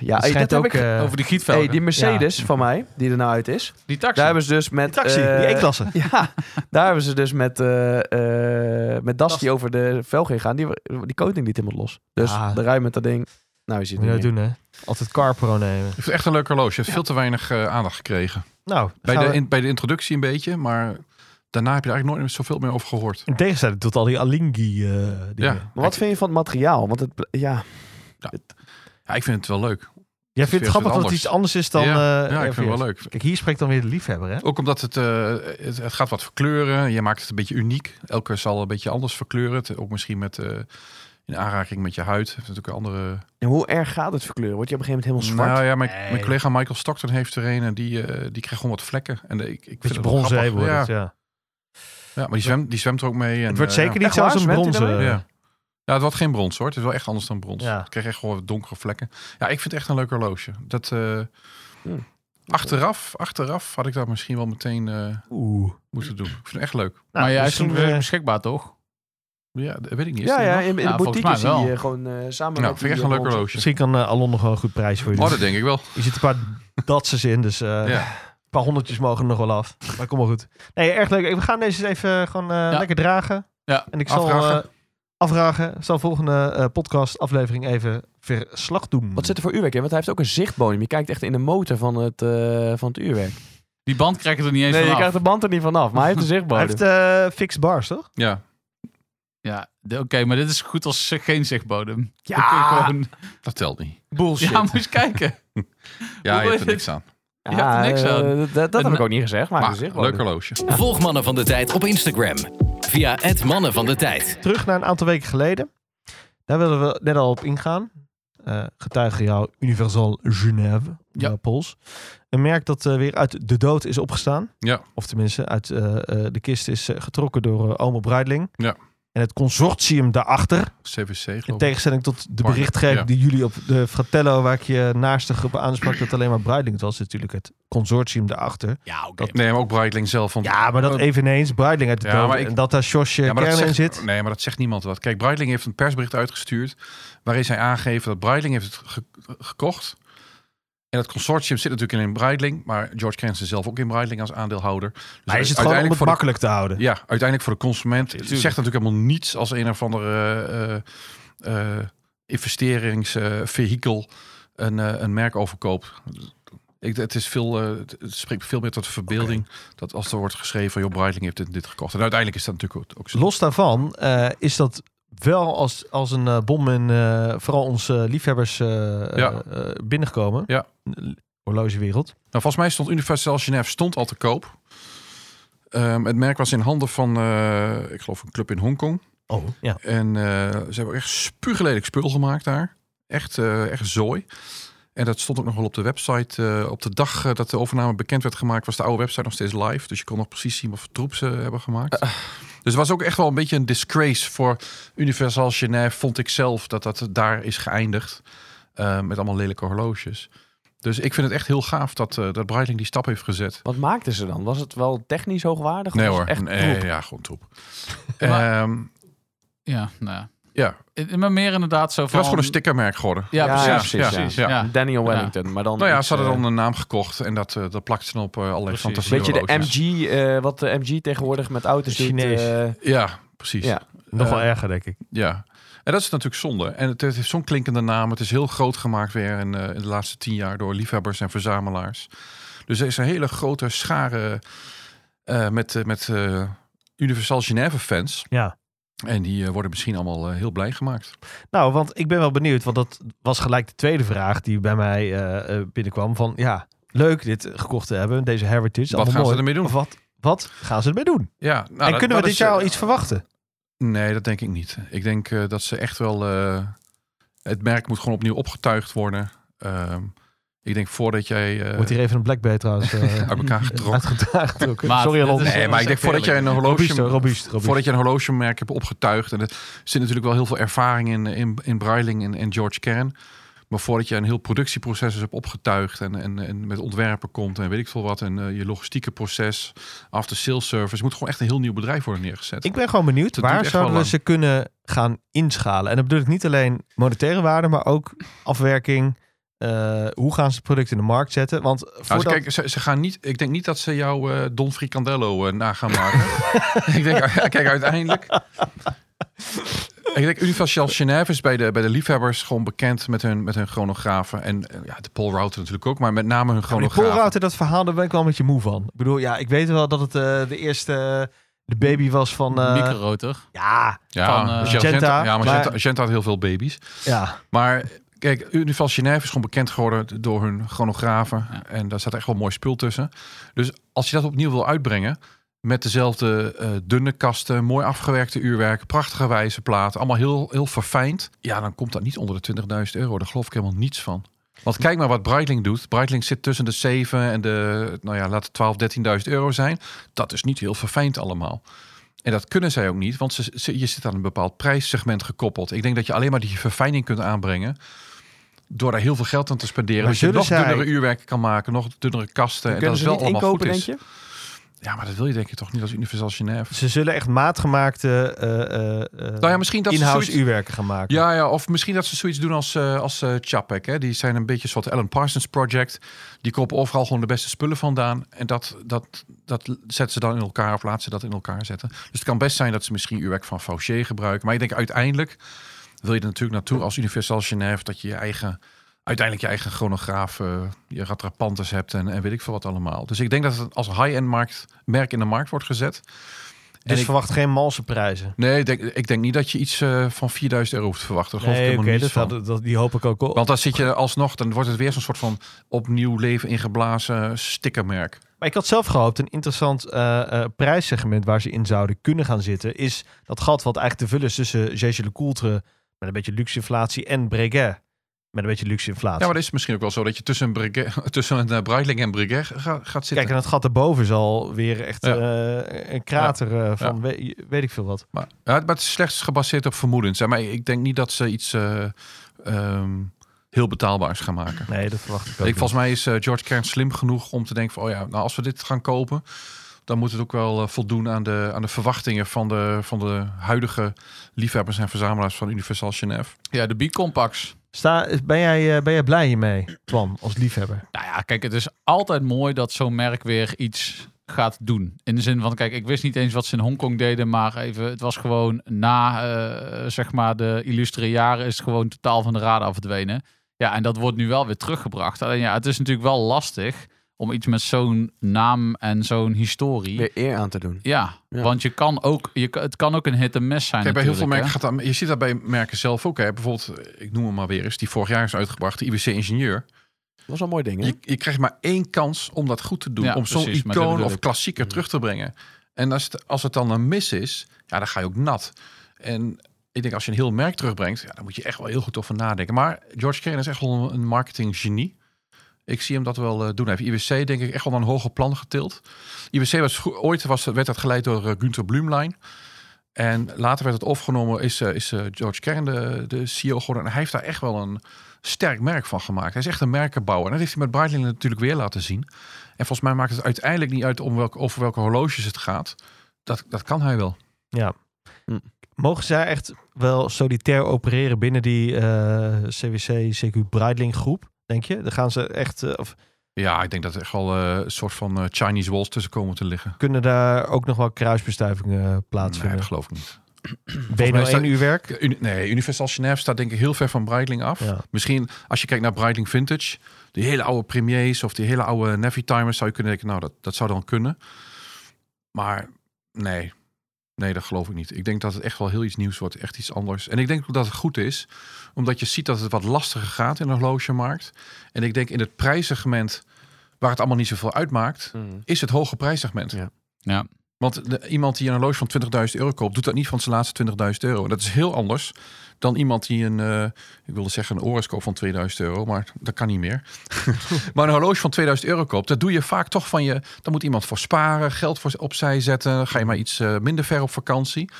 [SPEAKER 6] hey, dat
[SPEAKER 2] schijnt
[SPEAKER 6] heb
[SPEAKER 2] ook...
[SPEAKER 6] ik...
[SPEAKER 2] eh,
[SPEAKER 1] over die gietvelden.
[SPEAKER 6] Hey, die Mercedes van mij, die er nou uit is.
[SPEAKER 1] die taxi.
[SPEAKER 6] Daar hebben ze dus met...
[SPEAKER 2] die taxi, die
[SPEAKER 6] eh,
[SPEAKER 2] E-klasse.
[SPEAKER 6] Ja, daar hebben ze dus met, eh, eh, met das
[SPEAKER 1] Das.
[SPEAKER 6] die over de velg heen gaan. Die, die coating liet helemaal los. Dus
[SPEAKER 2] Ah.
[SPEAKER 6] de ruim met dat ding. Nou, je ziet
[SPEAKER 2] Moet je
[SPEAKER 6] het
[SPEAKER 2] nou
[SPEAKER 6] niet.
[SPEAKER 2] doen, hè? Altijd Carpro nemen.
[SPEAKER 3] Ik vind het echt een leuk horloge. Het heeft veel te weinig eh, aandacht gekregen.
[SPEAKER 2] Nou,
[SPEAKER 3] Bij
[SPEAKER 2] gaan
[SPEAKER 3] de,
[SPEAKER 2] we-
[SPEAKER 3] in- bij de introductie een beetje, maar daarna heb je er eigenlijk nooit meer zoveel meer over gehoord.
[SPEAKER 2] in tegenstelling tot al die Alingi eh, dingen.
[SPEAKER 3] Ja.
[SPEAKER 6] Maar wat vind je van het materiaal? Want het, ja,
[SPEAKER 3] ja, ik vind het wel leuk.
[SPEAKER 2] Eh, Jij vindt
[SPEAKER 3] Veel
[SPEAKER 2] het grappig dat het
[SPEAKER 3] anders.
[SPEAKER 2] iets anders is dan... eh,
[SPEAKER 3] ja, ik vind het
[SPEAKER 2] RVS.
[SPEAKER 3] wel leuk.
[SPEAKER 2] Kijk, hier spreekt dan weer de liefhebber, hè?
[SPEAKER 3] Ook omdat het, eh, het, het gaat wat verkleuren. Je maakt het een beetje uniek. Elke zal een beetje anders verkleuren. Het- ook misschien met, eh, in aanraking met je huid. Het heeft natuurlijk een andere...
[SPEAKER 6] en hoe erg gaat het verkleuren? Word je op een gegeven moment helemaal zwart?
[SPEAKER 3] Nou ja, mijn,
[SPEAKER 2] Nee.
[SPEAKER 3] mijn collega Michael Stockton heeft er een en die, eh, die krijgt gewoon wat vlekken. En eh, ik, ik vind
[SPEAKER 2] Beetje
[SPEAKER 3] het wel
[SPEAKER 2] bronzen
[SPEAKER 3] grappig.
[SPEAKER 2] wordt
[SPEAKER 3] ja,
[SPEAKER 2] het, ja.
[SPEAKER 3] ja, maar die zwemt, die zwemt er ook mee. En,
[SPEAKER 2] Het wordt
[SPEAKER 3] eh,
[SPEAKER 2] zeker
[SPEAKER 3] ja.
[SPEAKER 2] niet zoals
[SPEAKER 6] waar?
[SPEAKER 2] een
[SPEAKER 6] Zwemt hij
[SPEAKER 2] bronzen.
[SPEAKER 6] daarmee?
[SPEAKER 3] Ja. Ja, het wordt geen brons hoor. Het is wel echt anders dan brons.
[SPEAKER 2] Ja.
[SPEAKER 3] Het krijgt echt gewoon wat donkere vlekken. Ja, ik vind het echt een leuk horloge. Dat, eh,
[SPEAKER 2] Hm.
[SPEAKER 6] Hmm.
[SPEAKER 3] achteraf, achteraf had ik dat misschien wel meteen eh,
[SPEAKER 2] Oeh. Nou,
[SPEAKER 3] moeten doen. Ik vind het echt leuk.
[SPEAKER 1] maar jij is
[SPEAKER 2] misschien,
[SPEAKER 1] toen
[SPEAKER 2] eh,
[SPEAKER 1] beschikbaar, toch?
[SPEAKER 3] Ja, dat weet ik niet. Is
[SPEAKER 6] Ja,
[SPEAKER 3] die
[SPEAKER 6] ja,
[SPEAKER 3] nog?
[SPEAKER 6] in, in
[SPEAKER 1] Ja,
[SPEAKER 6] de
[SPEAKER 1] volgens
[SPEAKER 6] boutique
[SPEAKER 1] mij
[SPEAKER 6] is die
[SPEAKER 1] wel.
[SPEAKER 6] eh, gewoon eh,
[SPEAKER 3] Nou,
[SPEAKER 6] samen met
[SPEAKER 3] ik vind
[SPEAKER 6] die,
[SPEAKER 3] echt een leuk
[SPEAKER 6] eh, bronzen.
[SPEAKER 3] horloge.
[SPEAKER 2] misschien kan eh, Alon nog wel een goed prijs voor je
[SPEAKER 3] Oh,
[SPEAKER 2] doen.
[SPEAKER 3] dat denk ik wel.
[SPEAKER 2] Je zit een paar datsers in, dus eh,
[SPEAKER 3] Ja.
[SPEAKER 2] een paar honderdjes mogen er nog wel af. Maar kom maar goed. Nee, erg leuk. We gaan deze eens even gewoon eh,
[SPEAKER 1] Ja.
[SPEAKER 2] lekker dragen.
[SPEAKER 1] Ja,
[SPEAKER 2] En ik zal
[SPEAKER 3] afdragen.
[SPEAKER 2] eh, afdragen. Ik zal volgende eh, podcast aflevering even verslag doen.
[SPEAKER 6] Wat zit er voor uurwerk in? Want hij heeft ook een zichtbodem. Je kijkt echt in de motor van het, eh, van het uurwerk.
[SPEAKER 1] Die band krijg je er niet eens
[SPEAKER 6] Nee, je
[SPEAKER 1] vanaf.
[SPEAKER 6] krijgt de band er niet vanaf, maar hij heeft een
[SPEAKER 2] Hij
[SPEAKER 6] zichtbodem.
[SPEAKER 2] heeft eh fixed bars, toch?
[SPEAKER 3] Ja,
[SPEAKER 1] Ja, de- oké, maar dit is goed als eh, geen zichtbodem.
[SPEAKER 6] Ja. Oh,
[SPEAKER 1] Dan kun je gewoon-
[SPEAKER 3] dat telt niet.
[SPEAKER 6] bullshit.
[SPEAKER 1] ja, moet eens kijken.
[SPEAKER 3] Ja, je
[SPEAKER 1] wil
[SPEAKER 3] hebt
[SPEAKER 1] je
[SPEAKER 3] er niks aan.
[SPEAKER 1] je hebt er niks aan.
[SPEAKER 6] eh, dat dat heb
[SPEAKER 1] Een-
[SPEAKER 6] ik ook niet gezegd,
[SPEAKER 2] Ah,
[SPEAKER 6] maar, hij
[SPEAKER 3] Maar
[SPEAKER 6] heeft een
[SPEAKER 3] leuk
[SPEAKER 6] zichtbodem.
[SPEAKER 3] horloge.
[SPEAKER 4] Volg Mannen van de Tijd op Instagram. Via het Mannen van de Tijd.
[SPEAKER 2] terug naar een aantal weken geleden. Daar willen we net al op ingaan. Eh getuige jou Universal Genève,
[SPEAKER 1] Ja.
[SPEAKER 2] ja. Pols. Een merk dat eh, weer uit de dood is opgestaan.
[SPEAKER 3] Ja.
[SPEAKER 2] Of tenminste, uit eh, eh, de kist is eh, getrokken door eh, Omer Bruidling.
[SPEAKER 3] Ja.
[SPEAKER 2] En het consortium daarachter,
[SPEAKER 3] CVC
[SPEAKER 2] in
[SPEAKER 3] geloof ik.
[SPEAKER 2] tegenstelling tot de
[SPEAKER 3] Partner,
[SPEAKER 2] berichtgeving
[SPEAKER 3] ja.
[SPEAKER 2] die jullie op de Fratello, waar ik je naastig op aansprak, dat alleen maar Bruidling het was, natuurlijk het consortium daarachter.
[SPEAKER 4] Ja, oké.
[SPEAKER 3] Dat, nee, maar ook Breitling zelf. Want,
[SPEAKER 2] Ja, maar dat eveneens Bruidling uit de
[SPEAKER 3] Ja,
[SPEAKER 2] dood.
[SPEAKER 3] maar ik-
[SPEAKER 2] en dat daar Josje
[SPEAKER 3] Ja, maar dat
[SPEAKER 2] Kern in
[SPEAKER 3] zegt,
[SPEAKER 2] zit.
[SPEAKER 3] Nee, maar dat zegt niemand wat. Kijk, Breitling heeft een persbericht uitgestuurd... waarin zij aangeven dat Breitling heeft het ge- gekocht. En dat consortium zit natuurlijk in Breitling... maar George Kensen zelf ook in Breitling als aandeelhouder. Dus
[SPEAKER 2] Maar is het gewoon om
[SPEAKER 3] uiteindelijk
[SPEAKER 2] het
[SPEAKER 3] voor de-
[SPEAKER 2] makkelijk te houden?
[SPEAKER 3] Ja, uiteindelijk voor de consument. Het
[SPEAKER 1] Tuurlijk.
[SPEAKER 3] zegt natuurlijk helemaal niets als een of andere... eh, eh, eh, investeringsvehikel een, eh, een merk overkoopt. Ik, het, is veel, eh, het- het spreekt veel meer tot de verbeelding dat als er wordt geschreven van joh, Breitling heeft dit, en dit gekocht. En uiteindelijk is dat natuurlijk ook, ook zo.
[SPEAKER 2] Los daarvan eh, is dat wel als, als een eh, bom in eh, vooral onze liefhebbers eh,
[SPEAKER 3] Ja.
[SPEAKER 2] eh, binnengekomen.
[SPEAKER 3] Ja.
[SPEAKER 2] Horlogewereld.
[SPEAKER 3] Nou, volgens mij stond Universal Genève stond al te koop. Ehm, het merk was in handen van, eh, ik geloof, een club in Hongkong.
[SPEAKER 2] Oh, ja.
[SPEAKER 3] En eh, ze hebben echt spuuglelijk spul gemaakt daar. Echt, eh, echt zooi. En dat stond ook nog wel op de website. eh, op de dag eh, dat de overname bekend werd gemaakt, was de oude website nog steeds live. Dus je kon nog precies zien wat voor troep ze hebben gemaakt. Dus het was ook echt wel een beetje een disgrace voor Universal Genève, vond ik zelf, dat dat daar is geëindigd. eh, met allemaal lelijke horloges. Dus ik vind het echt heel gaaf dat, eh, dat Breitling die stap heeft gezet.
[SPEAKER 6] Wat maakten ze dan? Was het wel technisch hoogwaardig?
[SPEAKER 3] Nee
[SPEAKER 6] Of was
[SPEAKER 3] hoor,
[SPEAKER 6] het Echt
[SPEAKER 3] nee,
[SPEAKER 6] troep?
[SPEAKER 3] ja, gewoon troep.
[SPEAKER 1] Maar-
[SPEAKER 3] Ehm,
[SPEAKER 1] Ja, nou ja.
[SPEAKER 3] ja,
[SPEAKER 1] Eh, Maar meer inderdaad zo
[SPEAKER 3] het
[SPEAKER 1] van...
[SPEAKER 3] was gewoon een stickermerk geworden.
[SPEAKER 1] Ja,
[SPEAKER 6] Ja,
[SPEAKER 1] precies.
[SPEAKER 6] ja,
[SPEAKER 1] Ja,
[SPEAKER 6] precies,
[SPEAKER 3] ja.
[SPEAKER 1] ja.
[SPEAKER 6] Daniel Wellington, maar dan...
[SPEAKER 3] Nou ja,
[SPEAKER 6] iets,
[SPEAKER 3] ze hadden
[SPEAKER 6] eh,
[SPEAKER 3] dan een naam gekocht en dat, eh dat plakte ze op eh, allerlei
[SPEAKER 1] Precies.
[SPEAKER 3] fantasie.
[SPEAKER 6] Weet je, de
[SPEAKER 3] horloges.
[SPEAKER 6] MG, eh, wat de MG tegenwoordig met auto's doet.
[SPEAKER 2] Chinees.
[SPEAKER 6] eh,
[SPEAKER 3] Ja, precies.
[SPEAKER 6] Ja.
[SPEAKER 3] Ja.
[SPEAKER 2] Nog wel
[SPEAKER 3] Eh,
[SPEAKER 2] erger, denk ik.
[SPEAKER 3] En dat is natuurlijk zonde. En het, het heeft zo'n klinkende naam. Het is heel groot gemaakt weer in, eh, in de laatste tien jaar door liefhebbers en verzamelaars. Dus er is een hele grote schare eh, met, eh, met eh, Universal Genève fans.
[SPEAKER 2] Ja.
[SPEAKER 3] En die eh, worden misschien allemaal eh, heel blij gemaakt.
[SPEAKER 2] Nou, want ik ben wel benieuwd, want dat was gelijk de tweede vraag die bij mij eh, eh, binnenkwam. Van ja, leuk dit gekocht te hebben, deze heritage.
[SPEAKER 3] Wat
[SPEAKER 2] allemaal
[SPEAKER 3] gaan ze
[SPEAKER 2] mooi.
[SPEAKER 3] ermee doen?
[SPEAKER 2] Maar Wat, wat gaan ze ermee doen?
[SPEAKER 3] Ja, nou,
[SPEAKER 2] en
[SPEAKER 3] dat-
[SPEAKER 2] kunnen we
[SPEAKER 3] dat
[SPEAKER 2] dit
[SPEAKER 3] is,
[SPEAKER 2] jaar al
[SPEAKER 3] eh,
[SPEAKER 2] iets verwachten?
[SPEAKER 3] Nee, dat denk ik niet. Ik denk eh, dat ze echt wel. eh, het merk moet gewoon opnieuw opgetuigd worden. Ehm, ik denk voordat jij. eh,
[SPEAKER 2] Wordt hier even een Black Bay trouwens eh,
[SPEAKER 3] uit elkaar getrokken.
[SPEAKER 2] uitgedragen. trokken.
[SPEAKER 1] Maat,
[SPEAKER 2] Sorry,
[SPEAKER 1] dit
[SPEAKER 2] Alon.
[SPEAKER 1] is-
[SPEAKER 3] Nee, maar ik denk voordat jij een
[SPEAKER 2] Robuust, hoor,
[SPEAKER 3] horloge.
[SPEAKER 2] robuust, robuust.
[SPEAKER 3] Voordat je een horlogemerk hebt opgetuigd. En er zit natuurlijk wel heel veel ervaring in, in, in Breiling en, en George Kern. Maar voordat je een heel productieproces hebt opgetuigd. En, en, en met ontwerpen komt en weet ik veel wat. En eh, je logistieke proces. After sales service. Moet gewoon echt een heel nieuw bedrijf worden neergezet.
[SPEAKER 2] Ik ben gewoon
[SPEAKER 3] Dat
[SPEAKER 2] benieuwd,
[SPEAKER 3] duurt
[SPEAKER 2] waar
[SPEAKER 3] echt
[SPEAKER 2] zouden
[SPEAKER 3] wel
[SPEAKER 2] we
[SPEAKER 3] lang.
[SPEAKER 2] ze kunnen gaan inschalen? En dat bedoel ik niet alleen monetaire waarde, maar ook afwerking. Eh, hoe gaan ze het product in de markt zetten? Want
[SPEAKER 3] Nou,
[SPEAKER 2] voordat...
[SPEAKER 3] ze, kijk, ze, ze gaan niet, ik denk niet dat ze jou eh, Don Fricandello eh, na gaan maken. ik denk, kijk, uiteindelijk. ik denk, Universal Genève is bij de, bij de liefhebbers gewoon bekend met hun, met hun chronografen. En eh, ja, de Paul Router natuurlijk ook, maar met name hun
[SPEAKER 2] Maar die
[SPEAKER 3] chronografen.
[SPEAKER 2] Polrouter, dat verhaal, daar ben ik wel een beetje moe van. Ik bedoel, ja, ik weet wel dat het eh, de eerste eh, de baby was van... eh,
[SPEAKER 1] Microrotor.
[SPEAKER 2] Ja,
[SPEAKER 3] ja,
[SPEAKER 1] van, eh,
[SPEAKER 3] Michel Genta.
[SPEAKER 2] Genta,
[SPEAKER 3] Ja, maar
[SPEAKER 2] maar-
[SPEAKER 3] Genta, Genta had heel veel baby's.
[SPEAKER 2] ja.
[SPEAKER 3] Maar kijk, Universal Genève is gewoon bekend geworden door hun chronografen.
[SPEAKER 1] Ja.
[SPEAKER 3] En daar staat echt wel mooi spul tussen. Dus als je dat opnieuw wil uitbrengen. Met dezelfde eh, dunne kasten, mooi afgewerkte uurwerken, prachtige wijze platen. Allemaal heel, heel verfijnd. Ja, dan komt dat niet onder de 20.000 euro. Daar geloof ik helemaal niets van. Want kijk maar wat Breitling doet. Breitling zit tussen de 7 en de, nou ja, laat het 12, 13.000 euro zijn. Dat is niet heel verfijnd allemaal. En dat kunnen zij ook niet, want ze, ze- je zit aan een bepaald prijssegment gekoppeld. Ik denk dat je alleen maar die verfijning kunt aanbrengen door daar heel veel geld aan te spenderen.
[SPEAKER 2] Maar
[SPEAKER 3] dat je
[SPEAKER 2] zullen
[SPEAKER 3] nog
[SPEAKER 2] zij-
[SPEAKER 3] dunnere uurwerken kan maken, nog dunnere kasten. En Eh, dat
[SPEAKER 6] kunnen
[SPEAKER 3] is
[SPEAKER 6] ze
[SPEAKER 3] wel
[SPEAKER 6] niet
[SPEAKER 3] allemaal
[SPEAKER 6] inkopen, denk
[SPEAKER 3] goed is.
[SPEAKER 6] je?
[SPEAKER 3] Ja, maar dat wil je denk ik toch niet als Universal Genève.
[SPEAKER 2] Ze zullen echt maatgemaakte eh, eh, eh,
[SPEAKER 3] Nou ja, misschien dat ze
[SPEAKER 2] in-house
[SPEAKER 3] zoiets-
[SPEAKER 2] uurwerken gaan maken.
[SPEAKER 3] Ja, ja, of misschien dat ze zoiets doen als, eh als eh, Chapek. Hè? Die zijn een beetje een soort Alan Parsons Project. Die kopen overal gewoon de beste spullen vandaan. En dat, dat, dat zetten ze dan in elkaar of laten ze dat in elkaar zetten. Dus het kan best zijn dat ze misschien uurwerk van Fauché gebruiken. Maar ik denk uiteindelijk wil je er natuurlijk naartoe als Universal Genève... dat je je eigen, uiteindelijk je eigen chronograaf, eh, je ratrapantes hebt en, en weet ik veel wat allemaal. Dus ik denk dat het als high-end markt, merk in de markt wordt gezet. En
[SPEAKER 2] dus
[SPEAKER 3] ik-
[SPEAKER 2] verwacht geen malse prijzen.
[SPEAKER 3] Nee, ik denk, ik denk niet dat je iets eh, van 4000 euro hoeft te verwachten. Daar geloof
[SPEAKER 2] Nee,
[SPEAKER 3] ik
[SPEAKER 2] oké,
[SPEAKER 3] helemaal
[SPEAKER 2] dat,
[SPEAKER 3] niets van.
[SPEAKER 2] dat- dat- die hoop ik ook op.
[SPEAKER 3] Want dan zit je alsnog, dan wordt het weer zo'n soort van opnieuw leven ingeblazen stickermerk.
[SPEAKER 2] Maar ik had zelf gehoopt, een interessant eh, eh, prijssegment waar ze in zouden kunnen gaan zitten, is dat gat wat eigenlijk te vullen is tussen Jeetje Le Coultre met een beetje luxe inflatie en Breguet met een beetje luxe inflatie.
[SPEAKER 3] Ja, maar dat is misschien ook wel zo dat je tussen een, Breguet- tussen een eh, Breitling en Breguet ga- gaat zitten.
[SPEAKER 2] Kijk, en dat gat daarboven is alweer echt
[SPEAKER 3] Ja.
[SPEAKER 2] eh, een krater eh, van we- weet ik veel wat.
[SPEAKER 3] maar, ja, maar het is slechts gebaseerd op vermoedens. hè. Maar ik denk niet dat ze iets eh, ehm, heel betaalbaars gaan maken.
[SPEAKER 2] Nee, dat verwacht ik ook
[SPEAKER 3] Ik,
[SPEAKER 2] niet.
[SPEAKER 3] volgens mij is eh, George Kern slim genoeg om te denken van, oh ja, nou als we dit gaan kopen, dan moet het ook wel eh, voldoen aan de, aan de verwachtingen van de, van de huidige liefhebbers en verzamelaars van Universal Genève.
[SPEAKER 1] Ja, de B-compacts.
[SPEAKER 2] Sta, ben, jij, eh, ben jij blij hiermee, Twan, als liefhebber?
[SPEAKER 1] Nou ja, kijk, het is altijd mooi dat zo'n merk weer iets gaat doen. In de zin van, kijk, ik wist niet eens wat ze in Hongkong deden, maar even, het was gewoon na, eh, zeg maar, de illustere jaren is het gewoon totaal van de radar verdwenen. Ja, en dat wordt nu wel weer teruggebracht. Alleen ja, het is natuurlijk wel lastig om iets met zo'n naam en zo'n historie.
[SPEAKER 6] Weer eer aan te doen.
[SPEAKER 1] Ja,
[SPEAKER 6] Ja.
[SPEAKER 1] want je kan ook, je, kan- het kan ook een hit en miss zijn.
[SPEAKER 3] Kijk, bij heel veel merken
[SPEAKER 1] natuurlijk,
[SPEAKER 3] gaat dat, je ziet dat bij merken zelf ook. Hè. Bijvoorbeeld, eh, ik noem hem maar weer eens, die vorig jaar is uitgebracht, de IWC Ingenieur.
[SPEAKER 6] Dat was een mooi ding, hè?
[SPEAKER 3] Je, je krijgt maar één kans om dat goed te doen.
[SPEAKER 1] Ja,
[SPEAKER 3] om zo'n
[SPEAKER 1] precies, maar dat
[SPEAKER 3] icoon
[SPEAKER 1] bedoel
[SPEAKER 3] of
[SPEAKER 1] ik. Mm.
[SPEAKER 3] klassieker terug te brengen. En als het, als het dan een mis is, ja, dan ga je ook nat. En ik denk, als je een heel merk terugbrengt, ja, dan moet je echt wel heel goed over nadenken. Maar George Kern is echt wel een marketinggenie. Ik zie hem dat wel eh, doen. Hij heeft IWC denk ik echt wel naar een hoger plan getild. IWC was vro- ooit was, werd dat geleid door eh, Günther Blümlein. En later werd het opgenomen, is, eh, is eh, George Kern de, de CEO geworden. En hij heeft daar echt wel een sterk merk van gemaakt. Hij is echt een merkenbouwer. En dat heeft hij met Breitling natuurlijk weer laten zien. En volgens mij maakt het uiteindelijk niet uit om welk, over welke horloges het gaat. Dat, dat kan hij wel.
[SPEAKER 2] Ja.
[SPEAKER 6] Hm.
[SPEAKER 2] Mogen zij echt wel solitair opereren binnen die eh, CWC, CQ Breitling groep? Denk je? Dan gaan ze echt. eh, of
[SPEAKER 3] Ja, ik denk dat er echt wel eh, een soort van eh, Chinese walls tussen komen te liggen.
[SPEAKER 2] kunnen daar ook nog wel kruisbestuivingen eh,
[SPEAKER 3] Nee,
[SPEAKER 2] plaatsvinden?
[SPEAKER 3] dat geloof ik niet.
[SPEAKER 2] ben je
[SPEAKER 3] mij
[SPEAKER 2] nou
[SPEAKER 3] is dat-
[SPEAKER 2] één uur werk?
[SPEAKER 3] Ik- Eh, Uni- Nee, Universal Genève staat denk ik heel ver van Breitling af.
[SPEAKER 2] Ja.
[SPEAKER 3] Misschien als je kijkt naar Breitling Vintage. Die hele oude premiers of die hele oude Navi timers zou je kunnen denken, nou dat, dat zou dan kunnen. Maar nee, nee dat geloof ik niet. Ik denk dat het echt wel heel iets nieuws wordt, echt iets anders. En ik denk ook dat het goed is, omdat je ziet dat het wat lastiger gaat in de horlogemarkt. En ik denk in het prijssegment, waar het allemaal niet zoveel uitmaakt,
[SPEAKER 6] Mm.
[SPEAKER 3] is het hoge prijssegment.
[SPEAKER 6] Ja.
[SPEAKER 1] Ja.
[SPEAKER 3] Want de- iemand die een horloge van 20.000 euro koopt, doet dat niet van zijn laatste 20.000 euro. En Dat is heel anders dan iemand die een, eh, ik wilde zeggen een Oris koopt van 2000 euro, maar dat kan niet meer. maar een horloge van 2000 euro koopt, dat doe je vaak toch van je, daar moet iemand voor sparen, geld voor opzij zetten, ga je maar iets eh, minder ver op vakantie.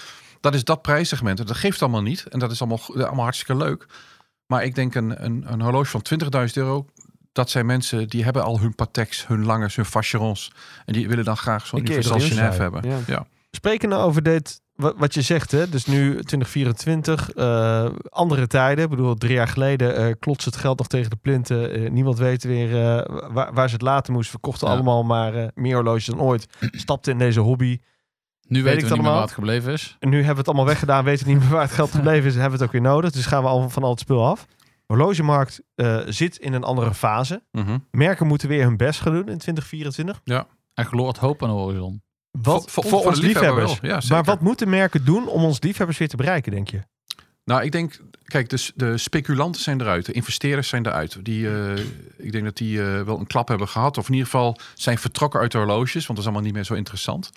[SPEAKER 3] Dat is dat prijssegment. En Dat geeft allemaal niet en dat is allemaal, go- allemaal hartstikke leuk. Maar ik denk een, een, een horloge van 20.000 euro, dat zijn mensen die hebben al hun Pateks, hun Langers, hun Vacherons. En die willen dan graag zo'n
[SPEAKER 2] Een keer
[SPEAKER 3] Universal
[SPEAKER 2] serieus
[SPEAKER 3] Genève
[SPEAKER 2] zijn.
[SPEAKER 3] hebben.
[SPEAKER 6] Ja.
[SPEAKER 2] Spreken nou over dit, wa- wat je zegt, hè? dus nu 2024, eh, andere tijden. Ik bedoel, drie jaar geleden eh, klotst het geld nog tegen de plinten. Eh, niemand weet weer eh, waar, waar ze het laten moest. Verkochten
[SPEAKER 1] Ja.
[SPEAKER 2] allemaal maar eh, meer horloges dan ooit. Stapten in deze hobby.
[SPEAKER 1] Nu weten
[SPEAKER 2] Weet ik
[SPEAKER 1] we
[SPEAKER 2] het
[SPEAKER 1] niet meer
[SPEAKER 2] allemaal?
[SPEAKER 1] waar het gebleven is.
[SPEAKER 2] En nu hebben we het allemaal weggedaan, weten niet meer waar het geld gebleven is. Hebben we het ook weer nodig, dus gaan we al van al het spul af. Horlogemarkt eh, zit in een andere fase.
[SPEAKER 3] Mhm.
[SPEAKER 2] Merken moeten weer hun best gaan doen in 2024.
[SPEAKER 1] En gloort hoop aan de horizon.
[SPEAKER 2] Wat
[SPEAKER 3] Voor-
[SPEAKER 2] voor,
[SPEAKER 3] voor- voor de
[SPEAKER 2] ons
[SPEAKER 3] liefhebber
[SPEAKER 2] liefhebbers.
[SPEAKER 3] wel, ja,
[SPEAKER 2] maar
[SPEAKER 3] zeker.
[SPEAKER 2] wat moeten merken doen om ons liefhebbers weer te bereiken, denk je?
[SPEAKER 3] Nou, ik denk, kijk, de, s- de speculanten zijn eruit, de investeerders zijn eruit. Die, eh, ik denk dat die eh, wel een klap hebben gehad, of in ieder geval zijn vertrokken uit de horloges, want dat is allemaal niet meer zo interessant.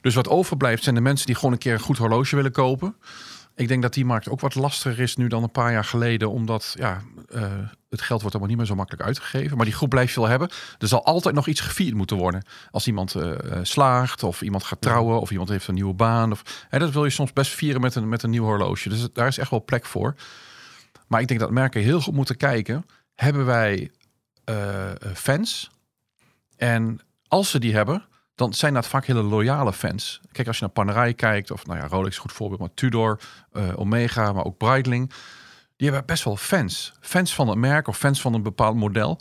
[SPEAKER 3] Dus wat overblijft zijn de mensen die gewoon een keer een goed horloge willen kopen. Ik denk dat die markt ook wat lastiger is nu dan een paar jaar geleden, omdat ja, eh, het geld wordt allemaal niet meer zo makkelijk uitgegeven. Maar die groep blijft veel hebben. Er zal altijd nog iets gevierd moeten worden. Als iemand eh, eh, slaagt, of iemand gaat trouwen, of iemand heeft een nieuwe baan. Of, hè, dat wil je soms best vieren met een, met een nieuw horloge. Dus daar is echt wel plek voor. Maar ik denk dat merken heel goed moeten kijken. Hebben wij eh, fans? En als ze die hebben, dan zijn dat vaak hele loyale fans. Kijk, als je naar Panerai kijkt, of nou ja, Rolex is een goed voorbeeld, maar Tudor, eh, Omega, maar ook Breitling. Die hebben best wel fans. Fans van het merk of fans van een bepaald model.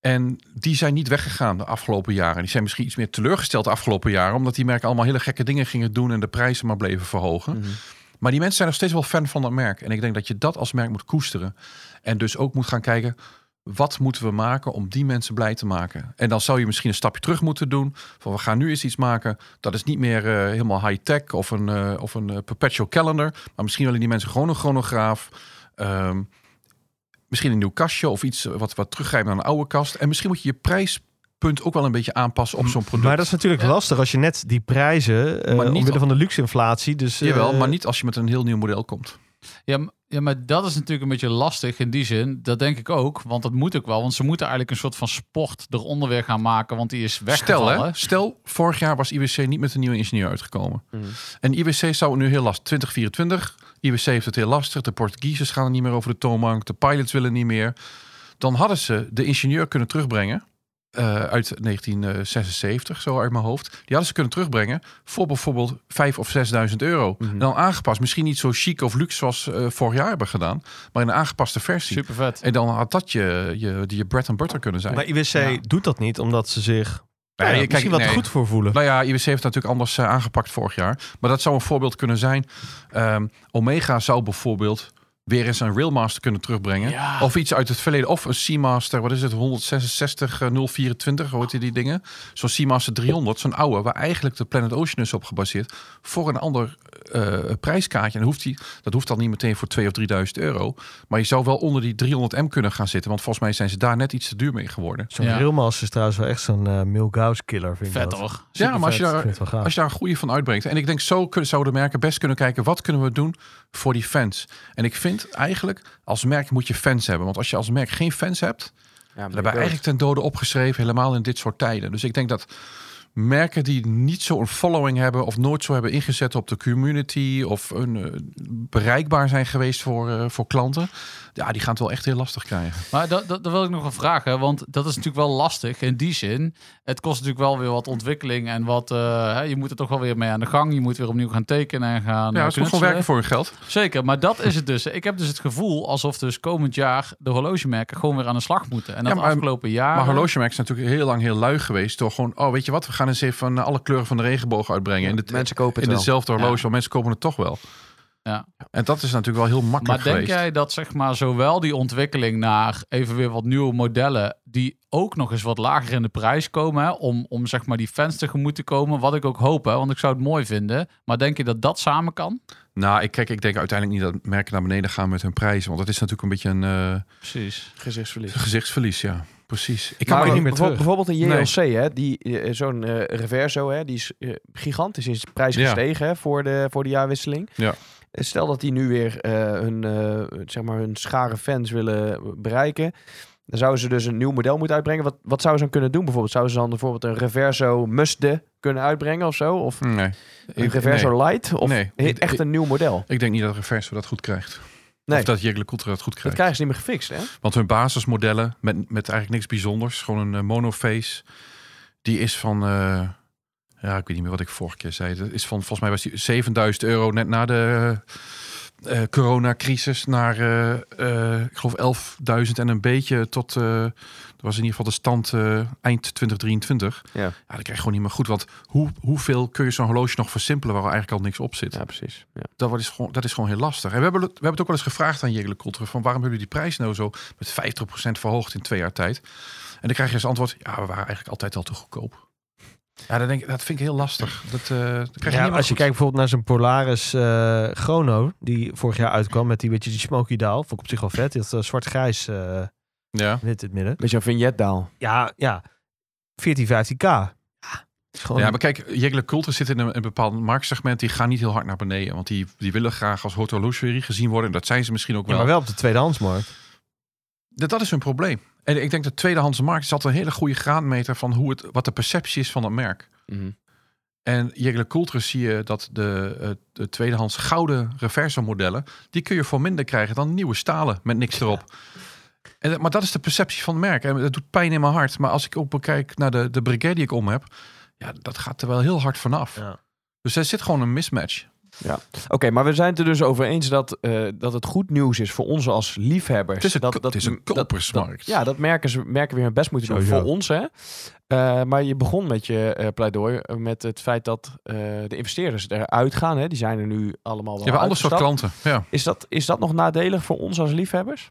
[SPEAKER 3] En die zijn niet weggegaan de afgelopen jaren. Die zijn misschien iets meer teleurgesteld de afgelopen jaren. Omdat die merken allemaal hele gekke dingen gingen doen en de prijzen maar bleven verhogen.
[SPEAKER 6] Mhm.
[SPEAKER 3] Maar die mensen zijn nog steeds wel fan van dat merk. En ik denk dat je dat als merk moet koesteren. En dus ook moet gaan kijken. Wat moeten we maken om die mensen blij te maken? En dan zou je misschien een stapje terug moeten doen. Van we gaan nu eens iets maken. Dat is niet meer eh, helemaal high-tech of een, eh, of een eh, perpetual calendar. Maar misschien willen die mensen gewoon een chronograaf. Ehm, misschien een nieuw kastje of iets eh, wat, wat teruggrijpt naar een oude kast. En misschien moet je je prijspunt ook wel een beetje aanpassen op zo'n product.
[SPEAKER 2] Maar dat is natuurlijk lastig als je net die prijzen, eh
[SPEAKER 3] Maar niet
[SPEAKER 2] omwille
[SPEAKER 3] al-
[SPEAKER 2] van de luxe-inflatie, dus... eh,
[SPEAKER 3] Jawel, maar niet als je met een heel nieuw model komt.
[SPEAKER 1] Ja, m- ja, maar dat is natuurlijk een beetje lastig in die zin. Dat denk ik ook, want dat moet ook wel. Want ze moeten eigenlijk een soort van sport eronder weer gaan maken, want die is
[SPEAKER 3] Stel,
[SPEAKER 1] weggevallen.
[SPEAKER 3] hè, stel, vorig jaar was IWC niet met een nieuwe ingenieur uitgekomen.
[SPEAKER 6] Mm.
[SPEAKER 3] En IWC zou nu heel lastig. 2024, IWC heeft het heel lastig. De Portugezen gaan er niet meer over de toonbank. De pilots willen niet meer. Dan hadden ze de ingenieur kunnen terugbrengen. eh, uit 1976, zo uit mijn hoofd. Die hadden ze kunnen terugbrengen voor bijvoorbeeld 5.000 of 6.000 euro.
[SPEAKER 6] Mhm.
[SPEAKER 3] En dan aangepast. Misschien niet zo chic of luxe zoals eh, vorig jaar hebben gedaan. Maar in een aangepaste versie.
[SPEAKER 1] Super vet.
[SPEAKER 3] En dan had dat je, je, die je bread and butter kunnen zijn.
[SPEAKER 2] Maar IWC
[SPEAKER 1] Ja.
[SPEAKER 2] doet dat niet, omdat ze zich
[SPEAKER 3] Nou ja,
[SPEAKER 2] Ja,
[SPEAKER 3] je- kijk,
[SPEAKER 2] misschien wat
[SPEAKER 3] nee.
[SPEAKER 2] goed voor voelen.
[SPEAKER 3] Nou ja, IWC heeft dat natuurlijk anders eh, aangepakt vorig jaar. Maar dat zou een voorbeeld kunnen zijn. Ehm, Omega zou bijvoorbeeld weer eens een Railmaster kunnen terugbrengen.
[SPEAKER 1] Ja.
[SPEAKER 3] Of iets uit het verleden. Of een Seamaster, wat is het, 166 eh, 024, hoe heet die, die dingen? Zo'n Seamaster 300, zo'n oude, waar eigenlijk de Planet Ocean is op gebaseerd. Voor een ander eh, prijskaartje. En dan hoeft die, dat hoeft dan niet meteen voor 2 of 3000 euro. Maar je zou wel onder die 300 M kunnen gaan zitten. Want volgens mij zijn ze daar net iets te duur mee geworden.
[SPEAKER 2] Zo'n
[SPEAKER 1] Ja.
[SPEAKER 2] ja. is trouwens wel echt zo'n eh Milgauss killer, vind ik
[SPEAKER 1] Vet
[SPEAKER 2] dat.
[SPEAKER 1] toch?
[SPEAKER 3] ja, maar als je
[SPEAKER 2] Supervet.
[SPEAKER 3] daar
[SPEAKER 2] Vind ik wel gaaf.
[SPEAKER 3] als je daar een goede van uitbrengt. En ik denk, zo kun- zouden merken best kunnen kijken... wat kunnen we doen voor die fans? En ik vind eigenlijk, als merk moet je fans hebben. Want als je als merk geen fans hebt...
[SPEAKER 6] Ja,
[SPEAKER 3] dan ben je eigenlijk ten dode opgeschreven... helemaal in dit soort tijden. Dus ik denk dat merken die niet zo'n following hebben... of nooit zo hebben ingezet op de community... of een, eh, bereikbaar zijn geweest voor, eh, voor klanten... ja, die gaan het wel echt heel lastig krijgen.
[SPEAKER 1] Maar dat, dat, dat wil ik nog wel vragen, want dat is natuurlijk wel lastig in die zin. Het kost natuurlijk wel weer wat ontwikkeling en wat... eh, hè, je moet er toch wel weer mee aan de gang. Je moet weer opnieuw gaan tekenen en gaan
[SPEAKER 3] Ja,
[SPEAKER 1] eh,
[SPEAKER 3] het moet gewoon
[SPEAKER 1] knutselen.
[SPEAKER 3] werken voor hun geld.
[SPEAKER 1] Zeker, maar dat is het dus. Ik heb dus het gevoel alsof dus komend jaar de horlogemerken gewoon weer aan de slag moeten. En dat
[SPEAKER 3] Ja, maar-
[SPEAKER 1] de afgelopen jaar.
[SPEAKER 3] Maar horlogemerken zijn natuurlijk heel lang heel lui geweest. Door gewoon, oh weet je wat, we gaan eens even eh, alle kleuren van de regenboog uitbrengen. In, het,
[SPEAKER 6] Mensen kopen het
[SPEAKER 3] in
[SPEAKER 6] wel.
[SPEAKER 3] hetzelfde horloge, want mensen kopen het toch wel.
[SPEAKER 1] Ja.
[SPEAKER 3] En dat is natuurlijk wel heel
[SPEAKER 1] Maar
[SPEAKER 3] makkelijk
[SPEAKER 1] denk
[SPEAKER 3] geweest.
[SPEAKER 1] jij dat zeg maar zowel die ontwikkeling naar even weer wat nieuwe modellen die ook nog eens wat lager in de prijs komen, hè, om, om zeg maar die fans tegemoet te komen, wat ik ook hoop, hè, want ik zou het mooi vinden. Maar denk je dat dat samen kan?
[SPEAKER 3] Nou, ik, kijk, ik denk uiteindelijk niet dat merken naar beneden gaan met hun prijzen. Want dat is natuurlijk een beetje een eh,
[SPEAKER 1] Precies.
[SPEAKER 6] gezichtsverlies.
[SPEAKER 3] gezichtsverlies, ja. Precies. Ik
[SPEAKER 2] kan
[SPEAKER 6] Maar
[SPEAKER 2] mij niet meer
[SPEAKER 6] bijvoorbeeld- Bijvoorbeeld een JLC, hè, die, eh, zo'n eh, Reverso, hè, die is eh, gigantisch in zijn prijs
[SPEAKER 3] Ja.
[SPEAKER 6] gestegen hè, voor, de, voor de jaarwisseling.
[SPEAKER 3] Ja.
[SPEAKER 6] Eh, Stel dat die nu weer eh, hun, eh, zeg maar hun schare fans willen bereiken. Dan zouden ze dus een nieuw model moeten uitbrengen. Wat, wat zouden ze dan kunnen doen bijvoorbeeld? Zouden ze dan bijvoorbeeld een Reverso Musde kunnen uitbrengen of zo? Of
[SPEAKER 3] nee.
[SPEAKER 6] een
[SPEAKER 3] Ik-
[SPEAKER 6] Reverso
[SPEAKER 3] nee.
[SPEAKER 6] Light? Of
[SPEAKER 3] Nee.
[SPEAKER 6] he-
[SPEAKER 3] Ik-
[SPEAKER 6] echt
[SPEAKER 3] ik-
[SPEAKER 6] een nieuw model?
[SPEAKER 3] Ik denk niet dat Reverso dat goed krijgt.
[SPEAKER 6] Nee.
[SPEAKER 3] Of dat Jegle Koeter dat goed
[SPEAKER 6] Dat
[SPEAKER 3] krijgt.
[SPEAKER 6] krijgen ze niet meer gefixt, hè?
[SPEAKER 3] Want hun basismodellen, met, met eigenlijk niks bijzonders, gewoon een eh, monoface, die is van, eh, ja, ik weet niet meer wat ik vorige keer zei. Dat is van, volgens mij was die 7000 euro net na de eh, eh, coronacrisis naar, eh, eh, ik geloof 11.000 en een beetje tot, eh, dat was in ieder geval de stand eh, eind 2023.
[SPEAKER 6] Ja.
[SPEAKER 3] Ja, dat krijg je gewoon niet meer goed. Want hoe, hoeveel kun je zo'n horloge nog versimpelen waar eigenlijk al niks op zit?
[SPEAKER 6] Ja, precies. Ja.
[SPEAKER 3] dat, wordt- is gewoon, dat is gewoon heel lastig. En we hebben, het- we hebben het ook wel eens gevraagd aan Jegle Kotter... van waarom hebben jullie die prijs nou zo met 50% verhoogd in twee jaar tijd? En dan krijg je als antwoord... ja, we waren eigenlijk altijd al te goedkoop. Ja, dat, denk ik, dat vind ik heel lastig. Dat, eh, dat krijg je
[SPEAKER 2] Ja,
[SPEAKER 3] niet
[SPEAKER 2] als je kijkt bijvoorbeeld naar zijn Polaris eh, Chrono, die vorig jaar uitkwam met die, weet je, die Smoky Daal. Vond ik op zich wel vet. Die had eh, zwart-grijs eh
[SPEAKER 3] Ja.
[SPEAKER 2] wit in het midden.
[SPEAKER 6] Beetje een vignetdaal.
[SPEAKER 2] Ja, ja. 14, 15k. Ja, is gewoon...
[SPEAKER 3] ja, maar kijk, Jegle Kotter zit in een, een bepaald marktsegment... die gaan niet heel hard naar beneden. Want die, die willen graag als horlogerie gezien worden. En dat zijn ze misschien ook
[SPEAKER 2] Ja,
[SPEAKER 3] wel.
[SPEAKER 2] maar wel op de tweedehandsmarkt.
[SPEAKER 3] Dat, dat is hun probleem. En ik denk dat tweedehands markt zat een hele goede graadmeter... van hoe het, wat de perceptie is van het merk.
[SPEAKER 6] Mhm.
[SPEAKER 3] En Jegle Coulter zie je dat de, eh, de tweedehands gouden reverso modellen... die kun je voor minder krijgen dan nieuwe stalen met niks erop. En, dat- maar dat is de perceptie van het merk. En dat doet pijn in mijn hart. Maar als ik ook bekijk naar de, de brigade die ik om heb... ja, dat gaat er wel heel hard vanaf.
[SPEAKER 2] Ja.
[SPEAKER 3] Dus er zit gewoon een mismatch.
[SPEAKER 6] Oké, maar we zijn het er dus over eens dat, eh, dat het goed nieuws is voor ons als liefhebbers.
[SPEAKER 3] Het is een
[SPEAKER 6] dat,
[SPEAKER 3] ko-
[SPEAKER 6] dat,
[SPEAKER 3] het is een
[SPEAKER 6] dat- dat-
[SPEAKER 3] kopersmarkt.
[SPEAKER 6] ja, dat merken ze merken weer hun best moeten doen
[SPEAKER 2] Sowieso.
[SPEAKER 6] voor ons. Hè? Eh, maar je begon met je eh, pleidooi eh, met het feit dat eh, de investeerders eruit gaan. Hè? Die zijn er nu allemaal
[SPEAKER 3] Je
[SPEAKER 6] wel
[SPEAKER 3] hebt een ander soort
[SPEAKER 6] uitgestapt.
[SPEAKER 3] klanten. Ja.
[SPEAKER 6] Is dat, is dat nog nadelig voor ons als liefhebbers?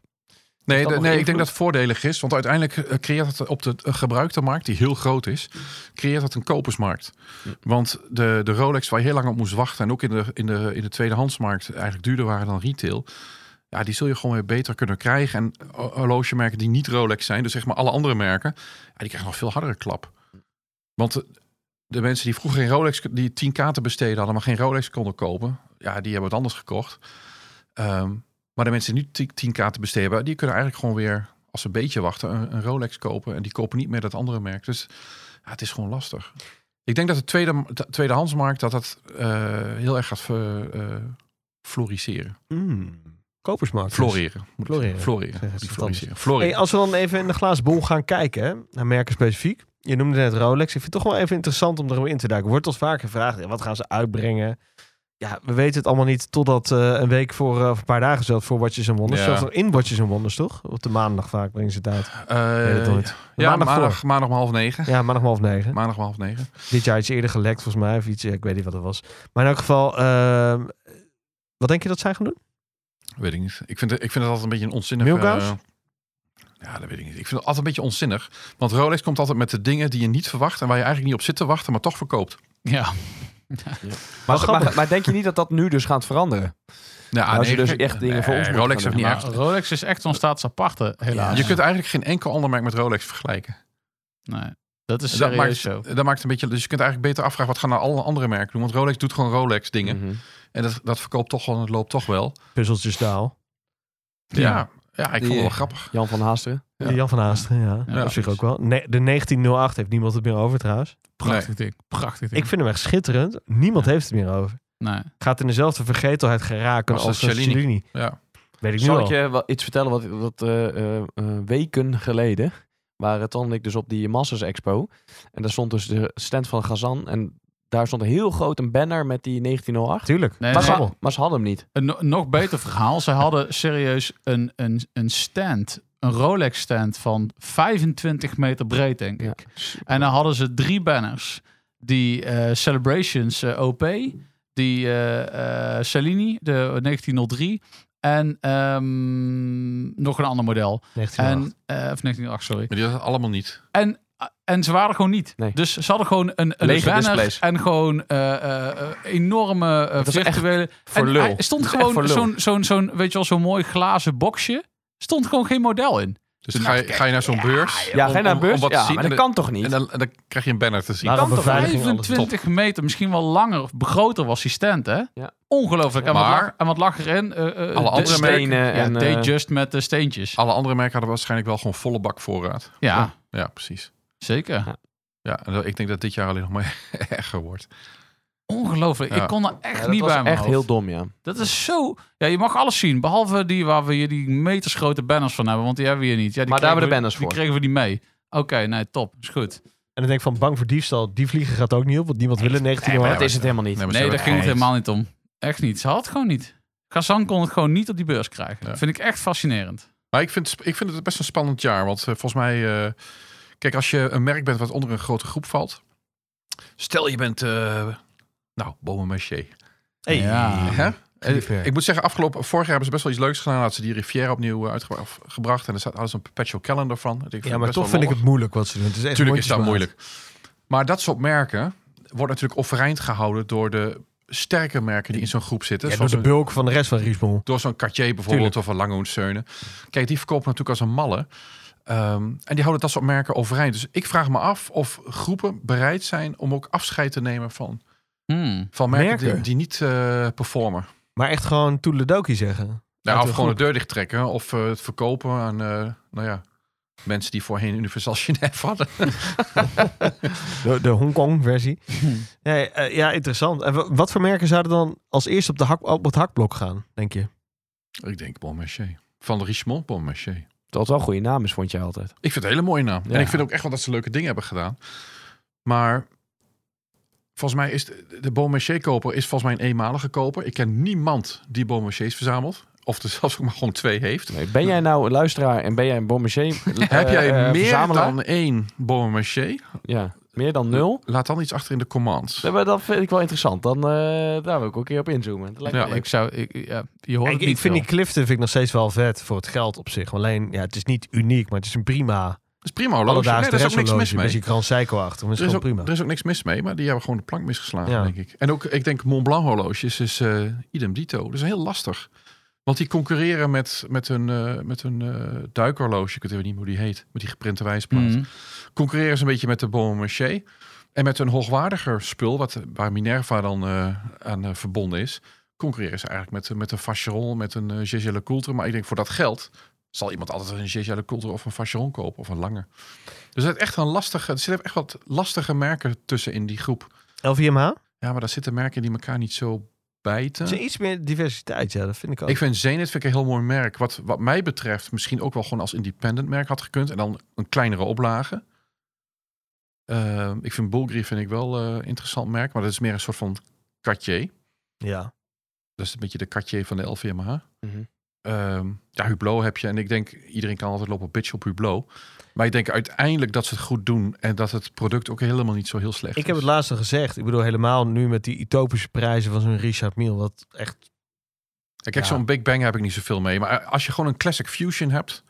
[SPEAKER 3] Nee,
[SPEAKER 6] dat
[SPEAKER 3] de-
[SPEAKER 6] nog
[SPEAKER 3] nee ik
[SPEAKER 6] invloed?
[SPEAKER 3] denk dat het voordelig is. Want uiteindelijk eh, creëert het op de eh, gebruikte markt, die heel groot is, creëert het een kopersmarkt. Want de, de Rolex waar je heel lang op moest wachten en ook in de, in de, in de tweedehandsmarkt eigenlijk duurder waren dan retail. Ja, die zul je gewoon weer beter kunnen krijgen. En ho- horlogemerken die niet Rolex zijn, dus zeg maar alle andere merken, ja, die krijgen nog veel hardere klap. Want de, de mensen die vroeger geen Rolex, die 10k te besteden hadden, maar geen Rolex konden kopen, ja, die hebben het anders gekocht. Ehm, maar de mensen die nu 10k te besteden hebben, die kunnen eigenlijk gewoon weer, als ze een beetje wachten, een, een Rolex kopen. En die kopen niet meer dat andere merk. Dus ja, het is gewoon lastig. Ik denk dat de, tweede, de tweedehandsmarkt dat dat eh, heel erg gaat ver- eh, floriseren. Mm.
[SPEAKER 2] Kopersmarkt.
[SPEAKER 3] Floreren. Moet ik
[SPEAKER 2] Floreren.
[SPEAKER 3] zeggen. Floreren.
[SPEAKER 2] Zeg het
[SPEAKER 3] Niet
[SPEAKER 2] wat
[SPEAKER 3] floriseren. Floreren.
[SPEAKER 2] Hey, als we dan even in de glazen bol gaan kijken, hè, naar merken specifiek. Je noemde net Rolex. Ik vind het toch wel even interessant om er weer in te duiken. Wordt ons vaak gevraagd, ja, wat gaan ze uitbrengen? ja, we weten het allemaal niet totdat eh, een week voor, eh, of een paar dagen zelfs voor Watches and Wonders.
[SPEAKER 3] Ja.
[SPEAKER 2] Zelfs nog in Watches and Wonders, toch? Op de maandag vaak brengen ze het uit. Ik weet het
[SPEAKER 3] Eh,
[SPEAKER 2] nooit.
[SPEAKER 3] ja,
[SPEAKER 2] maandag
[SPEAKER 3] maandag,
[SPEAKER 2] voor.
[SPEAKER 3] maandag, om half negen.
[SPEAKER 2] Ja, maandag om half negen.
[SPEAKER 3] Maandag om half negen.
[SPEAKER 2] Dit jaar iets eerder gelekt, volgens mij. Of iets, ja, ik weet niet wat het was. Maar in elk geval, ehm, wat denk je dat zij gaan doen?
[SPEAKER 3] Weet ik niet. Ik vind, het- ik vind het altijd een beetje een onzinnig...
[SPEAKER 2] Milkhouse?
[SPEAKER 3] eh, ja, dat weet ik niet. Ik vind het altijd een beetje onzinnig. Want Rolex komt altijd met de dingen die je niet verwacht... en waar je eigenlijk niet op zit te wachten, maar toch verkoopt.
[SPEAKER 1] Ja,
[SPEAKER 2] Maar
[SPEAKER 6] Maar,
[SPEAKER 2] grappig.
[SPEAKER 6] maar, maar denk je niet dat dat nu dus gaat veranderen?
[SPEAKER 3] Nou,
[SPEAKER 6] als je dus
[SPEAKER 3] kijk,
[SPEAKER 6] echt dingen voor ons moet
[SPEAKER 3] Rolex
[SPEAKER 6] gaan
[SPEAKER 3] heeft niet
[SPEAKER 1] maar
[SPEAKER 3] echt...
[SPEAKER 1] Rolex is echt zo'n staatsaparte, helaas.
[SPEAKER 3] Je kunt eigenlijk geen enkel ander merk met Rolex vergelijken.
[SPEAKER 1] Nee, dat is
[SPEAKER 3] Dat
[SPEAKER 1] serieus
[SPEAKER 3] maakt,
[SPEAKER 1] zo.
[SPEAKER 3] dat maakt een beetje... Dus je kunt eigenlijk beter afvragen... wat gaan nou alle andere merken doen? Want Rolex doet gewoon Rolex dingen.
[SPEAKER 1] Mm.
[SPEAKER 6] Mhm.
[SPEAKER 3] En dat, dat verkoopt toch wel en het loopt toch wel.
[SPEAKER 2] Puzzeltjes daal.
[SPEAKER 1] Ja.
[SPEAKER 3] Ja, ja, ik vond het wel
[SPEAKER 6] Die-
[SPEAKER 3] grappig.
[SPEAKER 6] Jan van Haasteren.
[SPEAKER 3] Ja.
[SPEAKER 2] Jan van Aasten, ja.
[SPEAKER 1] Ja,
[SPEAKER 2] Op zich
[SPEAKER 1] precies.
[SPEAKER 2] ook wel. Nee, de 1908 heeft niemand het meer over trouwens.
[SPEAKER 1] Prachtig ding, prachtig ding.
[SPEAKER 2] Ik vind hem echt schitterend. Niemand heeft het meer over.
[SPEAKER 1] nee.
[SPEAKER 2] Gaat in dezelfde vergetelheid geraken
[SPEAKER 3] Als
[SPEAKER 2] als,
[SPEAKER 3] de
[SPEAKER 2] een
[SPEAKER 3] Cellini.
[SPEAKER 2] Cellini.
[SPEAKER 3] Ja.
[SPEAKER 2] Weet ik nu
[SPEAKER 6] Zal ik
[SPEAKER 2] al.
[SPEAKER 6] je wel iets vertellen wat, wat eh, eh, eh, weken geleden waren Ton en ik dus op die Masters Expo. En daar stond dus de stand van Gazan. En daar stond heel groot een banner met die 1908.
[SPEAKER 2] Tuurlijk.
[SPEAKER 1] Nee,
[SPEAKER 6] Maar,
[SPEAKER 1] nee.
[SPEAKER 6] ze, maar ze hadden hem niet.
[SPEAKER 1] Een no- nog beter verhaal. Ze hadden serieus een, een, een stand, een Rolex stand van 25 meter breed, denk ik. En dan hadden ze drie banners. Die eh, Celebrations eh, OP, die eh eh Cellini, de 1903 en ehm, nog een ander model.
[SPEAKER 2] 1908.
[SPEAKER 1] En, eh, of 1908, sorry.
[SPEAKER 3] Maar die had het allemaal niet.
[SPEAKER 1] En, Ah, en ze waren gewoon niet.
[SPEAKER 6] Nee.
[SPEAKER 1] Dus ze hadden gewoon een, een
[SPEAKER 6] Lege
[SPEAKER 1] banner
[SPEAKER 6] displays.
[SPEAKER 1] en gewoon eh, eh, eh, enorme eh,
[SPEAKER 6] Dat is echt
[SPEAKER 1] virtuele...
[SPEAKER 6] voor
[SPEAKER 1] en
[SPEAKER 6] lul.
[SPEAKER 1] hij stond
[SPEAKER 6] Dat is echt voor
[SPEAKER 1] gewoon
[SPEAKER 6] lul.
[SPEAKER 1] zo'n, zo'n, zo'n, weet je wel, zo'n mooi glazen boxje. Stond gewoon geen model in.
[SPEAKER 3] Dus dan ga je, ga je naar zo'n beurs.
[SPEAKER 6] Nou, Ja,
[SPEAKER 3] om-
[SPEAKER 6] ga je naar
[SPEAKER 3] om-
[SPEAKER 6] de beurs?
[SPEAKER 3] om wat te
[SPEAKER 6] Ja,
[SPEAKER 3] zien.
[SPEAKER 6] maar
[SPEAKER 3] En
[SPEAKER 6] dat
[SPEAKER 3] dan-
[SPEAKER 6] kan toch niet?
[SPEAKER 3] En dan, en dan krijg je een banner te zien.
[SPEAKER 2] Daarom
[SPEAKER 6] kan toch
[SPEAKER 2] beveiliging alles top.
[SPEAKER 1] 25 meter, misschien wel langer, groter was die stand, hè?
[SPEAKER 6] Ja.
[SPEAKER 1] Ongelooflijk. En, wat
[SPEAKER 3] Maar-
[SPEAKER 1] lag, en wat lag erin? Eh, eh,
[SPEAKER 3] Alle
[SPEAKER 1] de
[SPEAKER 3] andere merken-
[SPEAKER 1] stenen.
[SPEAKER 6] Stenen en...
[SPEAKER 1] ja,
[SPEAKER 6] eh, Ah.
[SPEAKER 1] Just met de steentjes.
[SPEAKER 3] Alle andere merken hadden waarschijnlijk wel gewoon volle bak voorraad.
[SPEAKER 1] Ja,
[SPEAKER 3] Ja, precies.
[SPEAKER 1] zeker.
[SPEAKER 3] Ja, en dat- ik denk dat dit jaar alleen nog maar erger wordt.
[SPEAKER 1] Ongelooflijk.
[SPEAKER 3] Ja.
[SPEAKER 1] Ik kon er echt
[SPEAKER 6] ja, dat
[SPEAKER 1] niet
[SPEAKER 6] was
[SPEAKER 1] bij mijn
[SPEAKER 6] echt
[SPEAKER 1] hoofd.
[SPEAKER 6] heel dom, ja.
[SPEAKER 1] Dat is zo... Ja, je mag alles zien. Behalve die waar we hier die metersgrote banners van hebben. Want die hebben we hier niet. Ja, die
[SPEAKER 6] Maar daar
[SPEAKER 1] kregen
[SPEAKER 6] hebben we de
[SPEAKER 1] we- Die
[SPEAKER 6] banners voor.
[SPEAKER 1] kregen we niet mee. Oké, nee, top. Is goed.
[SPEAKER 2] En dan denk ik van bang voor diefstal. Die vliegen gaat ook niet op, want niemand wil in
[SPEAKER 6] Maar
[SPEAKER 2] 1908.
[SPEAKER 6] dat is het helemaal niet.
[SPEAKER 3] maar ze
[SPEAKER 1] Nee, daar
[SPEAKER 3] hebben
[SPEAKER 1] ging het
[SPEAKER 3] geen-
[SPEAKER 1] helemaal niet om. Echt niet. Ze had het gewoon niet. Kazan kon het gewoon niet op die beurs krijgen.
[SPEAKER 3] Ja.
[SPEAKER 1] Dat vind ik echt fascinerend.
[SPEAKER 3] Maar ik vind, ik vind het best een spannend jaar. Want eh, volgens mij... eh, kijk, als je een merk bent wat onder een grote groep valt... Stel je bent... eh nou, Beaumarchais.
[SPEAKER 2] Hey.
[SPEAKER 1] Ja.
[SPEAKER 2] Ah,
[SPEAKER 3] Hè? Eh,
[SPEAKER 2] Rivière.
[SPEAKER 3] Ik moet zeggen, afgelopen, vorig jaar hebben ze best wel iets leuks gedaan. Hadden ze die Riviera opnieuw eh, uitgebra- of gebracht. En er staat alles een perpetual calendar van. Dat ik
[SPEAKER 2] Ja, maar
[SPEAKER 3] best wel
[SPEAKER 2] toch vind ik
[SPEAKER 3] lollig.
[SPEAKER 2] het moeilijk wat ze doen. Het is echt
[SPEAKER 3] Natuurlijk is dat
[SPEAKER 2] mondjesmaat.
[SPEAKER 3] moeilijk. Maar dat soort merken wordt natuurlijk overeind gehouden door de sterke merken die in zo'n groep zitten.
[SPEAKER 2] Ja, door
[SPEAKER 3] Zoals
[SPEAKER 2] de
[SPEAKER 3] een-
[SPEAKER 2] bulk van de rest van Riesbol.
[SPEAKER 3] door zo'n Cartier bijvoorbeeld of een Lange Hoenseunen. Kijk, die verkopen natuurlijk als een malle. Ehm, en die houden dat soort merken overeind. Dus ik vraag me af of groepen bereid zijn om ook afscheid te nemen van,
[SPEAKER 1] Hmm.
[SPEAKER 3] van merken,
[SPEAKER 2] Merken?
[SPEAKER 3] Die, die niet eh, performen.
[SPEAKER 2] Maar echt gewoon toedeledokie zeggen.
[SPEAKER 3] Nou,
[SPEAKER 2] Uit
[SPEAKER 3] of
[SPEAKER 2] de
[SPEAKER 3] gewoon
[SPEAKER 2] groep.
[SPEAKER 3] de deur dicht trekken of eh, het verkopen aan eh, nou ja, mensen die voorheen Universal Genève hadden.
[SPEAKER 2] De, de Hongkong-versie. Nee, eh, ja, interessant. En wa- wat voor merken zouden dan als eerst op, de hak, op het hakblok gaan, denk je?
[SPEAKER 3] ik denk Bonmarché. Van de Richemont Bonmarché.
[SPEAKER 6] Dat wel een goede naam is, vond je altijd.
[SPEAKER 3] Ik vind het een hele mooie naam.
[SPEAKER 6] Ja.
[SPEAKER 3] En ik vind ook echt wel dat ze leuke dingen hebben gedaan. Maar volgens mij is de, de Beaumarchais koper is volgens mij een eenmalige koper. Ik ken niemand die Beaumarchais verzamelt. Of er zelfs ook maar gewoon twee heeft.
[SPEAKER 6] Nee, ben jij nou een luisteraar en ben jij een Beaumarchais? eh,
[SPEAKER 3] Heb jij
[SPEAKER 6] eh,
[SPEAKER 3] meer
[SPEAKER 6] verzamelaar?
[SPEAKER 3] dan één Beaumarchais?
[SPEAKER 6] Ja, meer dan nul?
[SPEAKER 3] Laat dan iets achter in de commands.
[SPEAKER 6] Nee, maar dat vind ik wel interessant. Dan, eh, daar wil ik ook een keer op inzoomen. Dat lijkt me
[SPEAKER 3] Ja.
[SPEAKER 6] leuk.
[SPEAKER 1] Ik zou... Ik, ja, je hoort
[SPEAKER 2] Ik,
[SPEAKER 1] het
[SPEAKER 2] ik
[SPEAKER 1] niet
[SPEAKER 2] vind die
[SPEAKER 1] veel.
[SPEAKER 2] Clifton vind ik nog steeds wel vet voor het geld op zich. Alleen, ja, het is niet uniek, maar het is een prima
[SPEAKER 3] Dat is prima horloge. Nee,
[SPEAKER 2] alledaagse
[SPEAKER 3] daar is ook niks
[SPEAKER 2] resthorloge.
[SPEAKER 3] mis
[SPEAKER 2] Een beetje
[SPEAKER 3] mee.
[SPEAKER 2] Grand Seiko achter, maar het
[SPEAKER 3] Er
[SPEAKER 2] is
[SPEAKER 3] is,
[SPEAKER 2] gewoon
[SPEAKER 3] ook,
[SPEAKER 2] prima.
[SPEAKER 3] er is ook niks mis mee, maar die hebben gewoon de plank misgeslagen,
[SPEAKER 2] Ja.
[SPEAKER 3] denk ik. En ook, ik denk Mont Blanc horloges is eh, idem dito. Dat is heel lastig. Want die concurreren met, met een, eh, met een eh, duikhorloge, ik weet even niet hoe die heet, met die geprinte wijsplaat.
[SPEAKER 1] Hmm.
[SPEAKER 3] Concurreren ze een beetje met de Beaumarchais. En met een hoogwaardiger spul, wat, waar Minerva dan eh, aan eh, verbonden is, concurreren ze eigenlijk met, eh, met een Vacheron, met een eh Gégé Lecoultre. Maar ik denk voor dat geld zal iemand altijd een Gégé Lecoultre of een Vacheron kopen of een lange. Dus het is echt een lastige, er zitten echt wat lastige merken tussen in die groep.
[SPEAKER 2] LVMH?
[SPEAKER 3] Ja, maar daar zitten merken die elkaar niet zo bijten.
[SPEAKER 2] Het is iets meer diversiteit, ja, dat vind ik ook.
[SPEAKER 3] Ik vind Zenith vind ik een heel mooi merk. Wat, wat mij betreft misschien ook wel gewoon als independent merk had gekund. En dan een kleinere oplage. eh, Ehm, ik vind Bulgari vind ik wel eh, een interessant merk. Maar dat is meer een soort van Cartier.
[SPEAKER 2] Ja.
[SPEAKER 3] Dat is een beetje de katje van de LVMH.
[SPEAKER 2] Mhm.
[SPEAKER 3] Ehm, ja, Hublot heb je. En ik denk, iedereen kan altijd lopen bitch op Hublot. Maar ik denk uiteindelijk dat ze het goed doen. En dat het product ook helemaal niet zo heel slecht
[SPEAKER 2] Ik heb
[SPEAKER 3] is.
[SPEAKER 2] het laatste gezegd. Ik bedoel, helemaal nu met die utopische prijzen van zo'n Richard Mille. Wat echt...
[SPEAKER 3] En Kijk,
[SPEAKER 2] Ja.
[SPEAKER 3] zo'n Big Bang heb ik niet zoveel mee. Maar als je gewoon een Classic Fusion hebt...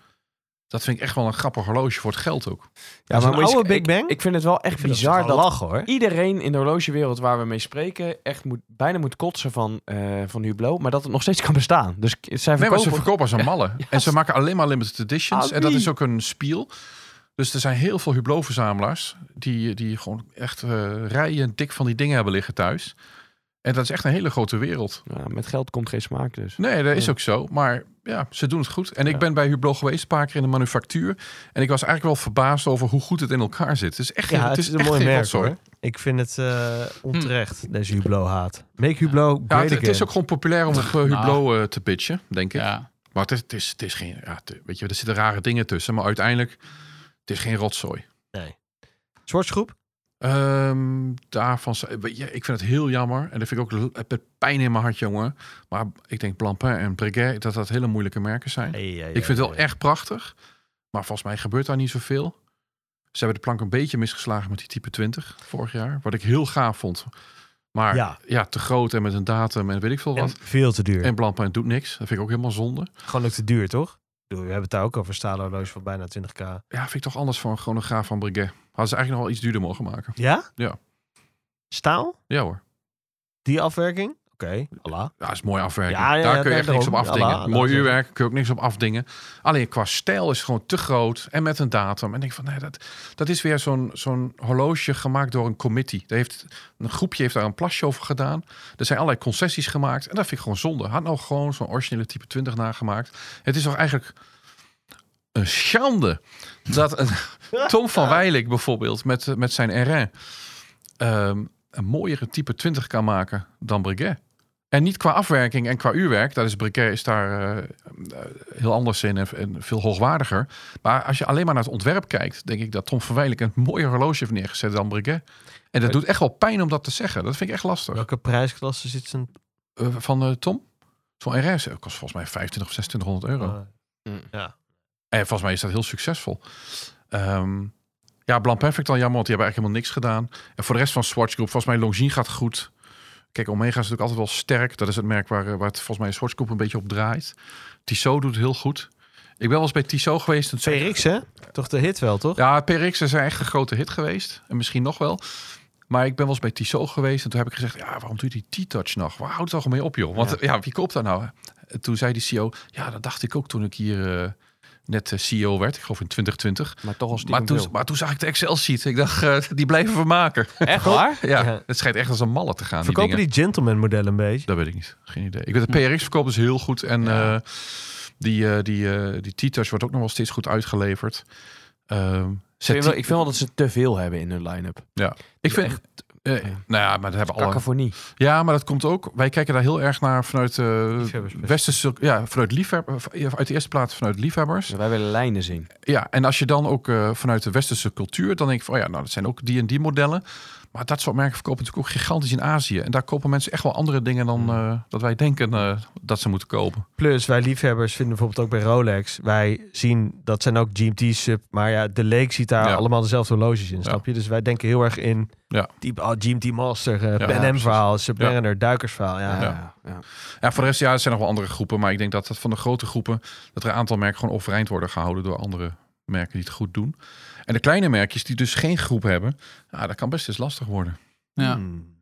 [SPEAKER 3] Dat vind ik echt wel een grappig horloge voor het geld ook.
[SPEAKER 2] Ja, maar
[SPEAKER 6] moet
[SPEAKER 2] een
[SPEAKER 6] je-
[SPEAKER 2] oude Big
[SPEAKER 6] ik-
[SPEAKER 2] Bang?
[SPEAKER 6] Ik, vind het wel echt bizar dat
[SPEAKER 2] lachen hoor.
[SPEAKER 6] iedereen in de horlogewereld waar we mee spreken echt moet, bijna moet kotsen van, eh, van Hublot, maar dat het nog steeds kan bestaan. Dus k- zij
[SPEAKER 3] Nee, maar
[SPEAKER 6] verkopen...
[SPEAKER 3] ze verkopen als een malle. En ze maken alleen maar limited editions.
[SPEAKER 6] Ah,
[SPEAKER 3] en dat
[SPEAKER 6] wie?
[SPEAKER 3] is ook een spiel. Dus er zijn heel veel Hublot-verzamelaars... Die, die gewoon echt eh, rijen dik van die dingen hebben liggen thuis. En dat is echt een hele grote wereld.
[SPEAKER 6] Ja, met geld komt geen smaak dus.
[SPEAKER 3] Nee, dat is
[SPEAKER 6] Ja.
[SPEAKER 3] ook zo. Maar ja, ze doen het goed. En ik
[SPEAKER 6] Ja.
[SPEAKER 3] ben bij Hublot geweest, een paar keer in de manufactuur. En ik was eigenlijk wel verbaasd over hoe goed het in elkaar zit. Het is echt,
[SPEAKER 2] Ja,
[SPEAKER 3] het is echt geen rotzooi. Hm.
[SPEAKER 2] Ik vind het eh, onterecht, deze Hublot haat. Make Hublot
[SPEAKER 3] Ja,
[SPEAKER 2] great
[SPEAKER 3] het, het
[SPEAKER 2] again.
[SPEAKER 3] is ook gewoon populair om op eh, Hublot eh, te pitchen, denk ik.
[SPEAKER 1] Ja.
[SPEAKER 3] Maar het is, het is, het is geen... Ja, het- weet je, er zitten rare dingen tussen. Maar uiteindelijk, het is geen rotzooi.
[SPEAKER 2] Zwartsgroep?
[SPEAKER 3] Ehm, daarvan, zou- weet je, ik vind het heel jammer. En dat vind ik ook l- met pijn in mijn hart, jongen. Maar ik denk Blancpain en Breguet, dat dat hele moeilijke merken zijn. Ik vind het wel echt prachtig. Maar volgens mij gebeurt daar niet zoveel. Ze hebben de plank een beetje misgeslagen met die type 20 vorig jaar. Wat ik heel gaaf vond. Maar ja,
[SPEAKER 2] Ja.
[SPEAKER 3] te groot en met een datum en weet ik veel
[SPEAKER 2] En
[SPEAKER 3] wat.
[SPEAKER 2] veel te duur.
[SPEAKER 3] En, Blancpain doet niks. Dat vind ik ook helemaal zonde.
[SPEAKER 2] Gewoon ook te duur, toch? Ik bedoel, We hebben het daar ook over stalen horloge van bijna 20k.
[SPEAKER 3] Ja, vind ik toch anders voor een chronograaf van Breguet. Hadden ze eigenlijk nog wel iets duurder mogen maken.
[SPEAKER 2] Ja?
[SPEAKER 3] Ja.
[SPEAKER 2] Staal?
[SPEAKER 3] Ja hoor.
[SPEAKER 2] Die afwerking? Oké, Allah.
[SPEAKER 3] Ja, is mooi afwerken.
[SPEAKER 2] Ja, ja,
[SPEAKER 3] Daar kun
[SPEAKER 2] ja,
[SPEAKER 3] je
[SPEAKER 2] nee,
[SPEAKER 3] echt niks op
[SPEAKER 2] daarom.
[SPEAKER 3] afdingen.
[SPEAKER 2] Ja, laat- laat
[SPEAKER 3] mooi
[SPEAKER 2] zeggen.
[SPEAKER 3] uurwerk, kun je ook niks op afdingen. Alleen qua stijl is het gewoon te groot en met een datum. En ik denk van, nee, dat, dat is weer zo'n zo'n horloge gemaakt door een committee. Daar heeft, een groepje heeft daar een plasje over gedaan. Er zijn allerlei concessies gemaakt. En dat vind ik gewoon zonde. Had nou gewoon zo'n originele type 20 nagemaakt. Het is toch eigenlijk een schande dat een Tom van Weilik bijvoorbeeld met, eh, met zijn RN ehm, een mooiere type 20 kan maken dan Breguet. En niet qua afwerking en qua uurwerk. Dat is Breguet is daar eh, eh, heel anders in en, en veel hoogwaardiger. Maar als je alleen maar naar het ontwerp kijkt, denk ik dat Tom van Weilik een mooier horloge heeft neergezet dan Breguet. En dat doet echt wel pijn om dat te zeggen. Dat vind ik echt lastig.
[SPEAKER 2] Welke prijsklasse zit zijn...
[SPEAKER 3] Eh, van eh, Tom? Zo'n RS eh, kost volgens mij 25 of 2600 euro.
[SPEAKER 2] Ah,
[SPEAKER 3] En volgens mij is dat heel succesvol. Ehm, ja, Blancpain vind ik dan jammer, want die hebben eigenlijk helemaal niks gedaan. En voor de rest van Swatch Group, volgens mij Longines gaat goed. Kijk, Omega is natuurlijk altijd wel sterk. Dat is het merk waar, eh, waar het volgens mij Swatch Group een beetje op draait. Tissot doet het heel goed. Ik ben wel eens bij Tissot geweest. en het zijn-
[SPEAKER 2] PRX, hè? Toch de hit wel, toch?
[SPEAKER 3] Ja, PRX is echt een grote hit geweest. En misschien nog wel. Maar ik ben wel eens bij Tissot geweest. En toen heb ik gezegd, ja, waarom doe je die T-Touch nog? Waar houdt toch mee op, joh? Want ja, wie koopt daar nou? En toen zei die CEO, ja, dat dacht ik ook toen ik hier eh, net eh, CEO werd. Ik geloof in 2020.
[SPEAKER 6] Maar toch als die
[SPEAKER 3] Maar toen, maar toen zag ik de Excel-sheet. Ik dacht, eh, die blijven we maken.
[SPEAKER 6] Echt waar?
[SPEAKER 3] Ja,
[SPEAKER 2] Ja.
[SPEAKER 3] het schijnt echt als een malle te gaan.
[SPEAKER 2] Verkopen
[SPEAKER 3] die...
[SPEAKER 2] die gentleman modellen een beetje?
[SPEAKER 3] dingen. Dat weet ik niet. Geen idee. Ik weet dat PRX verkoopt dus heel goed. En eh, die, eh, die, eh, die T-Touch wordt ook nog wel steeds goed uitgeleverd. Ehm,
[SPEAKER 6] Ik vind, wel,
[SPEAKER 3] Zet-
[SPEAKER 6] ik vind wel dat ze te veel hebben in hun line-up.
[SPEAKER 3] ik vind...
[SPEAKER 6] echt-
[SPEAKER 3] eh, nou ja, maar dat hebben alle...
[SPEAKER 6] Cacophonie.
[SPEAKER 3] Ja, maar dat komt ook. Wij kijken daar heel erg naar vanuit eh,
[SPEAKER 2] Liefhebbersperspectief.
[SPEAKER 3] westerse, ja, vanuit liefhebbers, uit de eerste plaats vanuit liefhebbers.
[SPEAKER 6] Dus Wij willen lijnen zien.
[SPEAKER 3] Ja, en als je dan ook eh, vanuit de westerse cultuur, dan denk ik van, oh ja, nou, dat zijn ook die en die modellen. Maar dat soort merken verkopen natuurlijk ook gigantisch in Azië. En daar kopen mensen echt wel andere dingen dan eh, dat wij denken eh, dat ze moeten kopen.
[SPEAKER 2] Plus, wij liefhebbers vinden bijvoorbeeld ook bij Rolex. Wij zien, dat zijn ook GMT-sub. Maar ja, de leek ziet daar
[SPEAKER 3] Ja.
[SPEAKER 2] allemaal dezelfde horloges in,
[SPEAKER 3] Ja.
[SPEAKER 2] snap je? Dus wij denken heel erg in
[SPEAKER 3] Ja.
[SPEAKER 2] type oh, GMT Master, eh
[SPEAKER 3] Ja,
[SPEAKER 2] Pan Am
[SPEAKER 6] precies.
[SPEAKER 2] verhaal, Submariner, duikersverhaal. Ja.
[SPEAKER 6] Ja,
[SPEAKER 2] Ja.
[SPEAKER 6] ja.
[SPEAKER 3] Ja, voor de rest, ja, er zijn nog wel andere groepen. Maar ik denk dat, dat van de grote groepen, dat er een aantal merken gewoon overeind worden gehouden door andere merken die het goed doen. En de kleine merkjes die dus geen groep hebben, ja, dat kan best eens lastig worden.
[SPEAKER 1] Ja.
[SPEAKER 6] Hmm.
[SPEAKER 2] Hmm.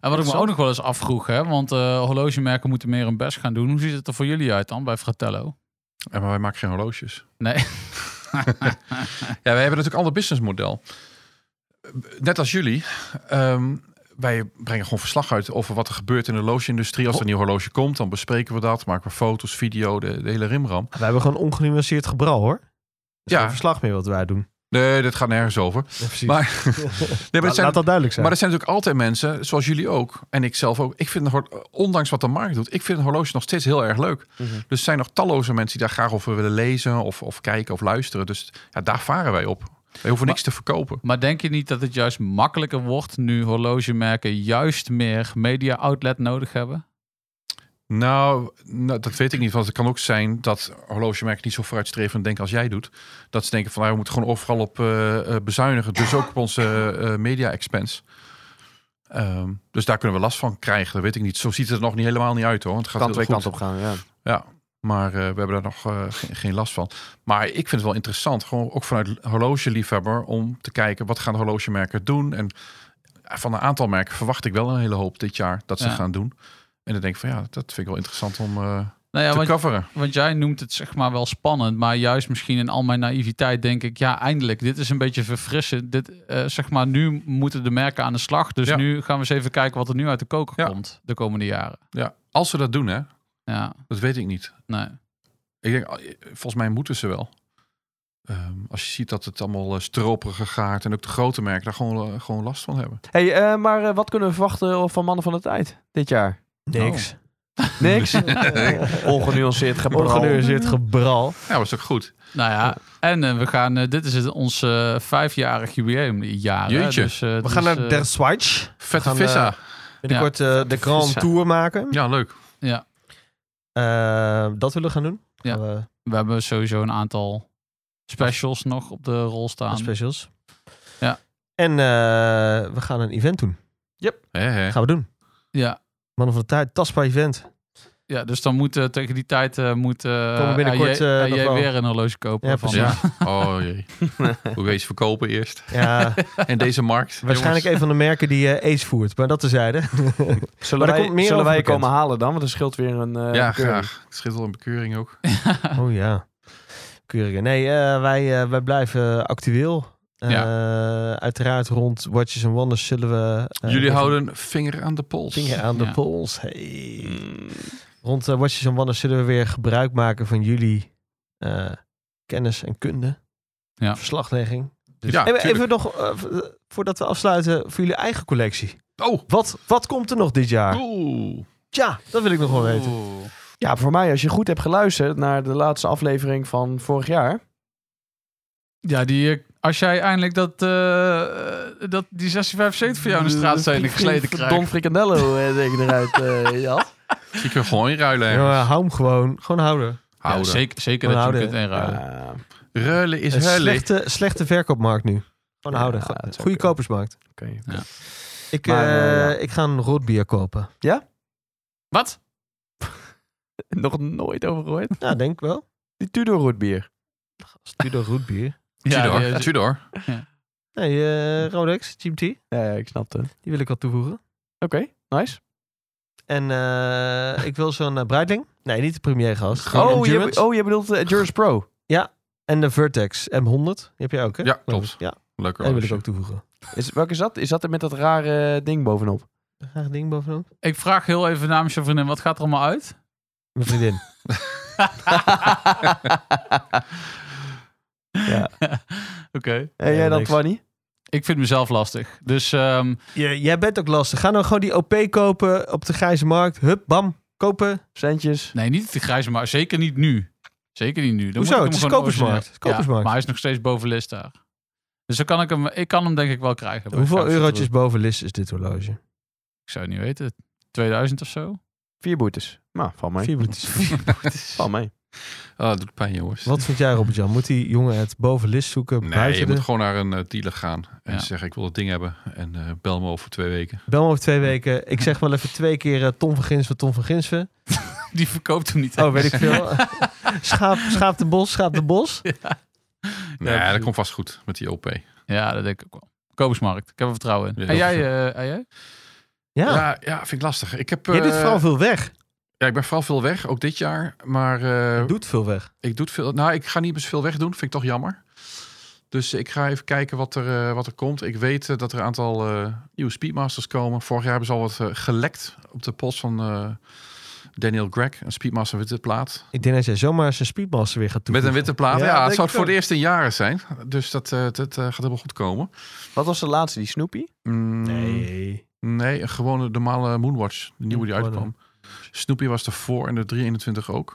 [SPEAKER 1] En wat ik me ook nog wel eens afvroeg, hè, want eh, horlogemerken moeten meer hun best gaan doen. Hoe ziet het er voor jullie uit dan bij Fratello?
[SPEAKER 3] Ja, maar wij maken geen horloges.
[SPEAKER 1] Nee.
[SPEAKER 3] Ja, wij hebben natuurlijk een ander businessmodel. Net als jullie. ehm, wij brengen gewoon verslag uit over wat er gebeurt in de horlogeindustrie. Als er een nieuw horloge komt, dan bespreken we dat. Maken we foto's, video, de, de hele rimram.
[SPEAKER 2] Wij hebben gewoon ongenuanceerd gebral, hoor. Dat is
[SPEAKER 3] Ja.
[SPEAKER 2] geen verslag meer wat wij doen.
[SPEAKER 3] Nee, dit gaat nergens over.
[SPEAKER 2] Ja, precies.
[SPEAKER 3] Maar- Nee, maar,
[SPEAKER 2] Laat-
[SPEAKER 3] het zijn,
[SPEAKER 2] Laat dat duidelijk zijn.
[SPEAKER 3] maar er zijn natuurlijk altijd mensen, zoals jullie ook. En ik zelf ook. Ik vind, een hor- ondanks wat de markt doet, ik vind een horloge nog steeds heel erg leuk.
[SPEAKER 6] Mhm.
[SPEAKER 3] Dus er zijn nog talloze mensen die daar graag over willen lezen. Of, of kijken of luisteren. Dus ja, daar varen wij op. Wij hoeven niks te verkopen.
[SPEAKER 1] Maar denk je niet dat het juist makkelijker wordt nu horlogemerken juist meer media outlet nodig hebben?
[SPEAKER 3] Nou, nou, dat weet ik niet. Want het kan ook zijn dat horlogemerken niet zo vooruitstrevend denken als jij doet. Dat ze denken van, nou, we moeten gewoon overal op eh, eh, bezuinigen. Dus ook op onze eh, eh, media-expense. Ehm, dus daar kunnen we last van krijgen. Dat weet ik niet. Zo ziet het er nog niet helemaal niet uit hoor. Want het gaat
[SPEAKER 6] kan
[SPEAKER 3] heel
[SPEAKER 6] twee
[SPEAKER 3] goed.
[SPEAKER 6] kanten op gaan, ja.
[SPEAKER 3] Ja, maar eh, we hebben daar nog eh, geen, geen last van. Maar ik vind het wel interessant, gewoon ook vanuit horlogeliefhebber, om te kijken wat gaan de horlogemerken doen. En eh, van een aantal merken verwacht ik wel een hele hoop dit jaar dat ze
[SPEAKER 1] Ja.
[SPEAKER 3] gaan doen. En dan denk ik van ja, dat vind ik wel interessant om eh,
[SPEAKER 1] Nou ja,
[SPEAKER 3] te
[SPEAKER 1] want,
[SPEAKER 3] coveren.
[SPEAKER 1] want jij noemt het zeg maar wel spannend. Maar juist misschien in al mijn naïviteit denk ik... Ja, eindelijk. Dit is een beetje verfrissend. Dit, eh, zeg maar, nu moeten de merken aan de slag. Dus
[SPEAKER 3] Ja.
[SPEAKER 1] nu gaan we eens even kijken wat er nu uit de koker
[SPEAKER 3] Ja.
[SPEAKER 1] komt. De komende jaren.
[SPEAKER 3] Ja, als ze dat doen, hè,
[SPEAKER 1] Ja,
[SPEAKER 3] dat weet ik niet.
[SPEAKER 1] nee.
[SPEAKER 3] Ik denk, ah, volgens mij moeten ze wel. Ehm, als je ziet dat het allemaal eh, stroperige gaat en ook de grote merken daar gewoon, eh, gewoon last van hebben.
[SPEAKER 6] hey, eh, maar eh, wat kunnen we verwachten van Mannen van de Tijd dit jaar?
[SPEAKER 2] Niks.
[SPEAKER 3] Oh.
[SPEAKER 6] Niks? Ongenuanceerd
[SPEAKER 2] Oh.
[SPEAKER 6] gebral.
[SPEAKER 2] Ongenuanceerd gebral.
[SPEAKER 3] Ja, maar dat is ook goed.
[SPEAKER 1] Nou ja, en eh, we gaan... eh, dit is het, ons eh, vijfjarig jubileumjaar. hè.
[SPEAKER 3] Jeetje.
[SPEAKER 1] Dus, eh,
[SPEAKER 2] We
[SPEAKER 1] dus,
[SPEAKER 2] gaan naar
[SPEAKER 1] eh,
[SPEAKER 2] Der Schweiz.
[SPEAKER 3] Vette
[SPEAKER 2] gaan, eh,
[SPEAKER 3] vissa.
[SPEAKER 2] Binnenkort eh, de Grand
[SPEAKER 6] Vissa.
[SPEAKER 2] Tour maken.
[SPEAKER 3] ja, leuk.
[SPEAKER 2] Eh, dat willen we gaan doen.
[SPEAKER 1] Ja.
[SPEAKER 2] Gaan we-
[SPEAKER 1] We hebben sowieso een aantal specials nog op de rol staan.
[SPEAKER 2] specials.
[SPEAKER 1] Ja.
[SPEAKER 2] En eh, we gaan een event doen.
[SPEAKER 3] Hè, hè.
[SPEAKER 2] Gaan we doen.
[SPEAKER 1] Ja,
[SPEAKER 2] Mannen van de tijd, tastbaar event.
[SPEAKER 1] ja, dus dan moet eh, tegen die tijd eh moet eh
[SPEAKER 2] Komen we binnenkort,
[SPEAKER 1] AJ
[SPEAKER 2] eh,
[SPEAKER 1] AJ
[SPEAKER 2] nog wel.
[SPEAKER 1] weer een horloge kopen.
[SPEAKER 2] Ja,
[SPEAKER 1] van,
[SPEAKER 2] precies.
[SPEAKER 1] eh,
[SPEAKER 3] Oh jee. Hoe wees verkopen eerst.
[SPEAKER 2] Ja,
[SPEAKER 3] En deze markt.
[SPEAKER 2] waarschijnlijk
[SPEAKER 3] jongens.
[SPEAKER 2] een van de merken die eh, Ace voert, maar dat tezijde.
[SPEAKER 6] Zullen
[SPEAKER 2] Maar er
[SPEAKER 6] wij,
[SPEAKER 2] komt meer
[SPEAKER 6] zullen
[SPEAKER 2] over
[SPEAKER 6] wij je
[SPEAKER 2] bekend.
[SPEAKER 6] komen halen dan? Want er scheelt weer een... eh,
[SPEAKER 3] Ja,
[SPEAKER 6] bekeuring.
[SPEAKER 3] graag. Het scheelt wel een bekeuring ook.
[SPEAKER 2] oh ja. Keurig. Nee, eh, wij, eh, wij blijven eh, actueel. Eh, Uiteraard rond Watches and Wonders zullen we... eh,
[SPEAKER 3] Jullie
[SPEAKER 2] even
[SPEAKER 3] houden vinger aan de pols.
[SPEAKER 2] Vinger aan de
[SPEAKER 1] Ja.
[SPEAKER 2] pols. Hey. Rond eh, Watches and Wonders zullen we weer gebruik maken van jullie eh, kennis en kunde.
[SPEAKER 1] Ja.
[SPEAKER 2] Verslaglegging. Dus
[SPEAKER 3] Ja,
[SPEAKER 2] Even,
[SPEAKER 3] tuurlijk.
[SPEAKER 2] even nog, eh, v- voordat we afsluiten, voor jullie eigen collectie.
[SPEAKER 3] Oh,
[SPEAKER 2] Wat, wat komt er nog dit jaar?
[SPEAKER 3] oeh.
[SPEAKER 2] Tja, dat wil ik nog wel weten.
[SPEAKER 3] Oeh.
[SPEAKER 6] Ja, voor mij, als je goed hebt geluisterd naar de laatste aflevering van vorig jaar.
[SPEAKER 1] Ja, die, eh, als jij eindelijk dat, eh, dat, die 56 cent voor jou in de straat zijn gesleten
[SPEAKER 6] Don
[SPEAKER 1] krijgt.
[SPEAKER 6] frikandello eh, denk ik eruit, eh, Jan.
[SPEAKER 3] Dus je kunt gewoon inruilen.
[SPEAKER 2] Ja,
[SPEAKER 3] hè.
[SPEAKER 2] maar hou hem gewoon. Gewoon houden.
[SPEAKER 1] Ja,
[SPEAKER 3] Houden.
[SPEAKER 1] zeker zeker dat je hem
[SPEAKER 2] Houden.
[SPEAKER 1] kunt inruilen.
[SPEAKER 6] Ja,
[SPEAKER 3] Ruilen is
[SPEAKER 2] Een
[SPEAKER 3] ruilen.
[SPEAKER 2] slechte, slechte verkoopmarkt nu. Gewoon
[SPEAKER 6] Ja,
[SPEAKER 2] houden.
[SPEAKER 6] dat
[SPEAKER 2] Go-
[SPEAKER 6] zou
[SPEAKER 2] Goede
[SPEAKER 6] kunnen.
[SPEAKER 2] kopersmarkt.
[SPEAKER 6] oké.
[SPEAKER 2] Ik,
[SPEAKER 6] Maar, eh,
[SPEAKER 2] eh,
[SPEAKER 6] ja.
[SPEAKER 2] ik ga een roodbier kopen.
[SPEAKER 1] Wat?
[SPEAKER 6] Nog nooit over gehoord.
[SPEAKER 2] Ja, denk wel.
[SPEAKER 6] Die Tudor rootbier.
[SPEAKER 2] Studio roodbier.
[SPEAKER 1] Ja,
[SPEAKER 3] Tudor.
[SPEAKER 1] die-
[SPEAKER 3] Tudor.
[SPEAKER 2] Nee, eh, Rolex, GMT. Die
[SPEAKER 6] Ja, ja, ik snapte. Oké,
[SPEAKER 2] wil ik wat toevoegen.
[SPEAKER 6] nice.
[SPEAKER 2] En eh, ik wil zo'n eh, Breitling. Nee, niet de premier gast. Gewoon
[SPEAKER 6] Oh je,
[SPEAKER 2] Endurance.
[SPEAKER 6] be- oh, je bedoelt de Endurance Pro.
[SPEAKER 2] En de Vertex M100. Die heb je ook, hè?
[SPEAKER 3] Ja, klopt.
[SPEAKER 2] Ja,
[SPEAKER 3] Leuker.
[SPEAKER 2] die wil ik ook toevoegen.
[SPEAKER 6] Is, welke is dat? Is dat er met dat rare eh, ding bovenop?
[SPEAKER 2] Graag ding bovenop.
[SPEAKER 1] Ik vraag heel even namens je vriendin, wat gaat er allemaal uit?
[SPEAKER 2] Mijn vriendin.
[SPEAKER 6] Ja.
[SPEAKER 1] Oké.
[SPEAKER 6] En
[SPEAKER 2] Ja,
[SPEAKER 6] jij dan,
[SPEAKER 2] niks.
[SPEAKER 6] Twanny?
[SPEAKER 1] Ik vind mezelf lastig. Dus ehm,
[SPEAKER 2] J- jij bent ook lastig. Ga nou gewoon die OP kopen op de grijze markt. Hup, bam. Kopen.
[SPEAKER 6] Centjes?
[SPEAKER 1] Nee, niet de grijze, maar zeker niet nu. Zeker niet nu. Dan
[SPEAKER 2] Hoezo?
[SPEAKER 1] moet ik
[SPEAKER 2] Het is
[SPEAKER 1] hem gewoon
[SPEAKER 2] kopersmarkt.
[SPEAKER 1] origineel-
[SPEAKER 2] Het is kopersmarkt.
[SPEAKER 1] Ja, maar hij is nog steeds boven list daar. Dus dan kan ik hem, ik kan hem denk ik wel krijgen. bij
[SPEAKER 2] Hoeveel
[SPEAKER 1] Gouden
[SPEAKER 2] eurotjes
[SPEAKER 1] Zilver.
[SPEAKER 2] boven list is dit horloge?
[SPEAKER 1] Ik zou het niet weten. 2000 of zo?
[SPEAKER 6] Vier boetes. Nou, van mij.
[SPEAKER 2] Vier boetes.
[SPEAKER 6] Van mij.
[SPEAKER 3] Oh, dat doet pijn, jongens.
[SPEAKER 2] Wat vind jij, Robert-Jan? Moet die jongen het boven list zoeken?
[SPEAKER 3] Nee,
[SPEAKER 2] buiten
[SPEAKER 3] je
[SPEAKER 2] de...
[SPEAKER 3] moet gewoon naar een eh, dealer gaan en
[SPEAKER 1] Ja.
[SPEAKER 3] zeggen: Ik wil dat ding hebben. En eh, bel me over twee weken.
[SPEAKER 2] Bel me over twee weken. Ik zeg wel even twee keer eh, Tom van Ginsven, Tom van Ginsven.
[SPEAKER 1] Die verkoopt hem niet.
[SPEAKER 2] Oh, weet ik veel. schaap, schaap de bos, schaap de bos.
[SPEAKER 3] Nee, dat
[SPEAKER 2] precies.
[SPEAKER 3] komt vast goed met die OP.
[SPEAKER 1] Ja, dat denk ik ook wel. Kopersmarkt. Ik heb er vertrouwen in.
[SPEAKER 3] Ja,
[SPEAKER 1] en
[SPEAKER 3] heel
[SPEAKER 1] jij?
[SPEAKER 3] goed.
[SPEAKER 1] eh, en jij?
[SPEAKER 2] Ja,
[SPEAKER 3] Ja, ja, vind ik lastig. Ik heb.
[SPEAKER 2] jij doet
[SPEAKER 3] eh,
[SPEAKER 2] vooral veel weg.
[SPEAKER 3] Ja, ik ben vooral veel weg, ook dit jaar. Maar eh,
[SPEAKER 2] doet veel weg.
[SPEAKER 3] ik doe het veel. Nou, ik ga niet eens veel weg doen. Vind ik toch jammer. Dus ik ga even kijken wat er, eh, wat er komt. Ik weet eh, dat er een aantal eh, nieuwe Speedmasters komen. Vorig jaar hebben ze al wat eh, gelekt op de post van eh, Daniel Gregg. Een Speedmaster witte plaat.
[SPEAKER 2] Ik denk dat jij zomaar zijn speedmaster weer gaat
[SPEAKER 3] Met
[SPEAKER 2] toevoegen.
[SPEAKER 3] een witte plaat.
[SPEAKER 2] Ja,
[SPEAKER 3] Ja,
[SPEAKER 2] denk
[SPEAKER 3] het
[SPEAKER 2] ik
[SPEAKER 3] zou het voor
[SPEAKER 2] ook.
[SPEAKER 3] het eerst in jaren zijn. Dus dat, eh, dat eh, gaat helemaal goed komen.
[SPEAKER 6] Wat was de laatste? Die Snoopy?
[SPEAKER 3] Mm,
[SPEAKER 2] Nee.
[SPEAKER 3] Nee, een gewone normale Moonwatch. De nieuwe die
[SPEAKER 2] Gewone.
[SPEAKER 3] uitkwam. Snoopy was ervoor en de 321 ook.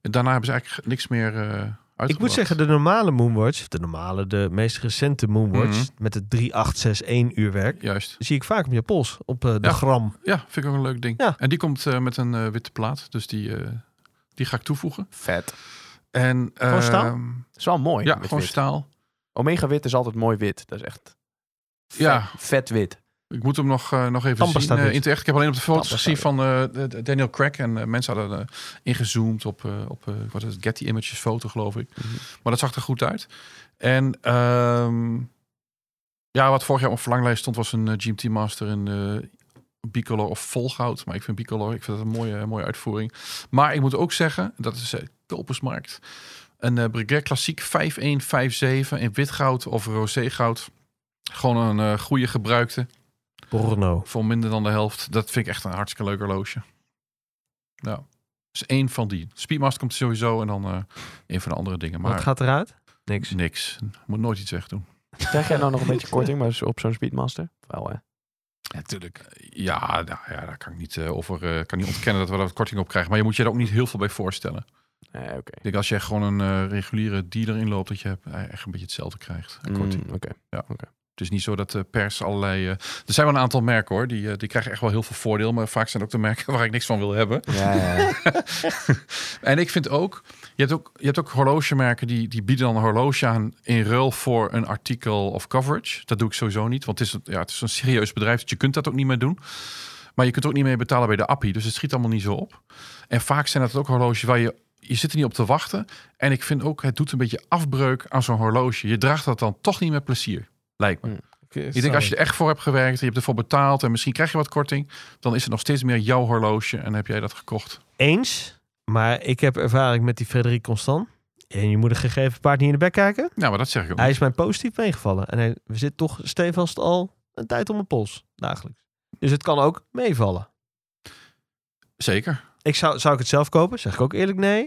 [SPEAKER 3] En daarna hebben ze eigenlijk niks meer eh,
[SPEAKER 2] Hm. Ik moet
[SPEAKER 3] uitgebracht.
[SPEAKER 2] zeggen, de normale Moonwatch, of de normale, de meest recente Moonwatch,
[SPEAKER 3] Mhm.
[SPEAKER 2] met het 3861 uurwerk,
[SPEAKER 3] Juist.
[SPEAKER 2] zie ik vaak op je pols, op eh, de
[SPEAKER 3] Ja.
[SPEAKER 2] gram.
[SPEAKER 3] Ja, vind ik ook een leuk ding.
[SPEAKER 2] Ja.
[SPEAKER 3] En die komt eh, met een eh, witte plaat, dus die, eh, die ga ik toevoegen.
[SPEAKER 6] Vet.
[SPEAKER 3] En,
[SPEAKER 2] Gewoon staal?
[SPEAKER 3] ehm,
[SPEAKER 6] Is wel mooi.
[SPEAKER 3] Ja,
[SPEAKER 6] Oh met
[SPEAKER 3] gewoon
[SPEAKER 6] wit.
[SPEAKER 3] staal.
[SPEAKER 6] Omega wit is altijd mooi wit. Dat is echt vet,
[SPEAKER 3] Ja.
[SPEAKER 6] vet wit.
[SPEAKER 3] Ik moet hem nog, eh, nog even
[SPEAKER 2] Tandpasta
[SPEAKER 3] zien. eh,
[SPEAKER 2] dus.
[SPEAKER 3] in het echt. Ik heb alleen op de foto's
[SPEAKER 6] Tandpasta
[SPEAKER 3] gezien van eh, D- Daniel Craig. En eh, mensen hadden eh, ingezoomd op, eh, op eh, wat is het, Getty Images foto, geloof ik.
[SPEAKER 6] Mhm.
[SPEAKER 3] Maar dat zag er goed uit. En ehm, ja, wat vorig jaar op mijn verlanglijst stond, was een eh, GMT Master in eh bicolor of volgoud. Maar ik vind bicolor, ik vind dat een mooie, eh, mooie uitvoering. Maar ik moet ook zeggen, dat is eh, kopersmarkt. Een eh Breguet Klassiek 5157 in wit goud of rosé goud. Gewoon een eh, goede gebruikte.
[SPEAKER 2] Porno.
[SPEAKER 3] Voor minder dan de helft. Dat vind ik echt een hartstikke leuk horloge. Nou, dat is één van die. Speedmaster komt sowieso en dan eh een van de andere dingen. Maar
[SPEAKER 2] Wat gaat eruit? Niks.
[SPEAKER 3] niks. Moet nooit iets wegdoen.
[SPEAKER 6] Krijg jij nou nog een beetje korting maar op zo'n Speedmaster? Wel, hè?
[SPEAKER 1] Natuurlijk.
[SPEAKER 3] Ja, nou, ja daar kan ik niet eh, over. eh, kan niet ontkennen dat we daar wat korting op krijgen. Maar je moet je er ook niet heel veel bij voorstellen.
[SPEAKER 6] Nee, oké.
[SPEAKER 3] Ik denk als je gewoon een eh, reguliere dealer inloopt, dat je eh, echt een beetje hetzelfde krijgt. Een korting.
[SPEAKER 6] Mm, oké.
[SPEAKER 3] Het is niet zo dat de pers allerlei. eh, er zijn wel een aantal merken hoor. Die, eh, die krijgen echt wel heel veel voordeel. Maar vaak zijn het ook de merken waar ik niks van wil hebben.
[SPEAKER 6] Ja, ja, ja.
[SPEAKER 3] en ik vind ook, je hebt ook, je hebt ook horlogemerken die, die bieden dan een horloge aan in ruil voor een artikel of coverage. Dat doe ik sowieso niet, want het is, een- ja, het is een serieus bedrijf, dus je kunt dat ook niet meer doen. Maar je kunt er ook niet meer betalen bij de appie, dus het schiet allemaal niet zo op. En vaak zijn dat ook horloges waar je, je zit er niet op te wachten. En ik vind ook, het doet een beetje afbreuk aan zo'n horloge. Je draagt dat dan toch niet met plezier, lijkt me. Ik denk als je er echt voor hebt gewerkt, je hebt ervoor betaald en misschien krijg je wat korting, dan is het nog steeds meer jouw horloge en heb jij dat gekocht.
[SPEAKER 2] Eens, maar ik heb ervaring met die Frederik Constant. En je moet een gegeven paard niet in de bek kijken.
[SPEAKER 3] Nou, maar dat zeg ik ook.
[SPEAKER 2] Hij is mij positief meegevallen. En hij, we zitten toch stevast al een tijd om mijn pols, dagelijks. Dus het kan ook meevallen.
[SPEAKER 3] Zeker.
[SPEAKER 2] Ik zou, zou ik het zelf kopen? Zeg ik ook eerlijk nee.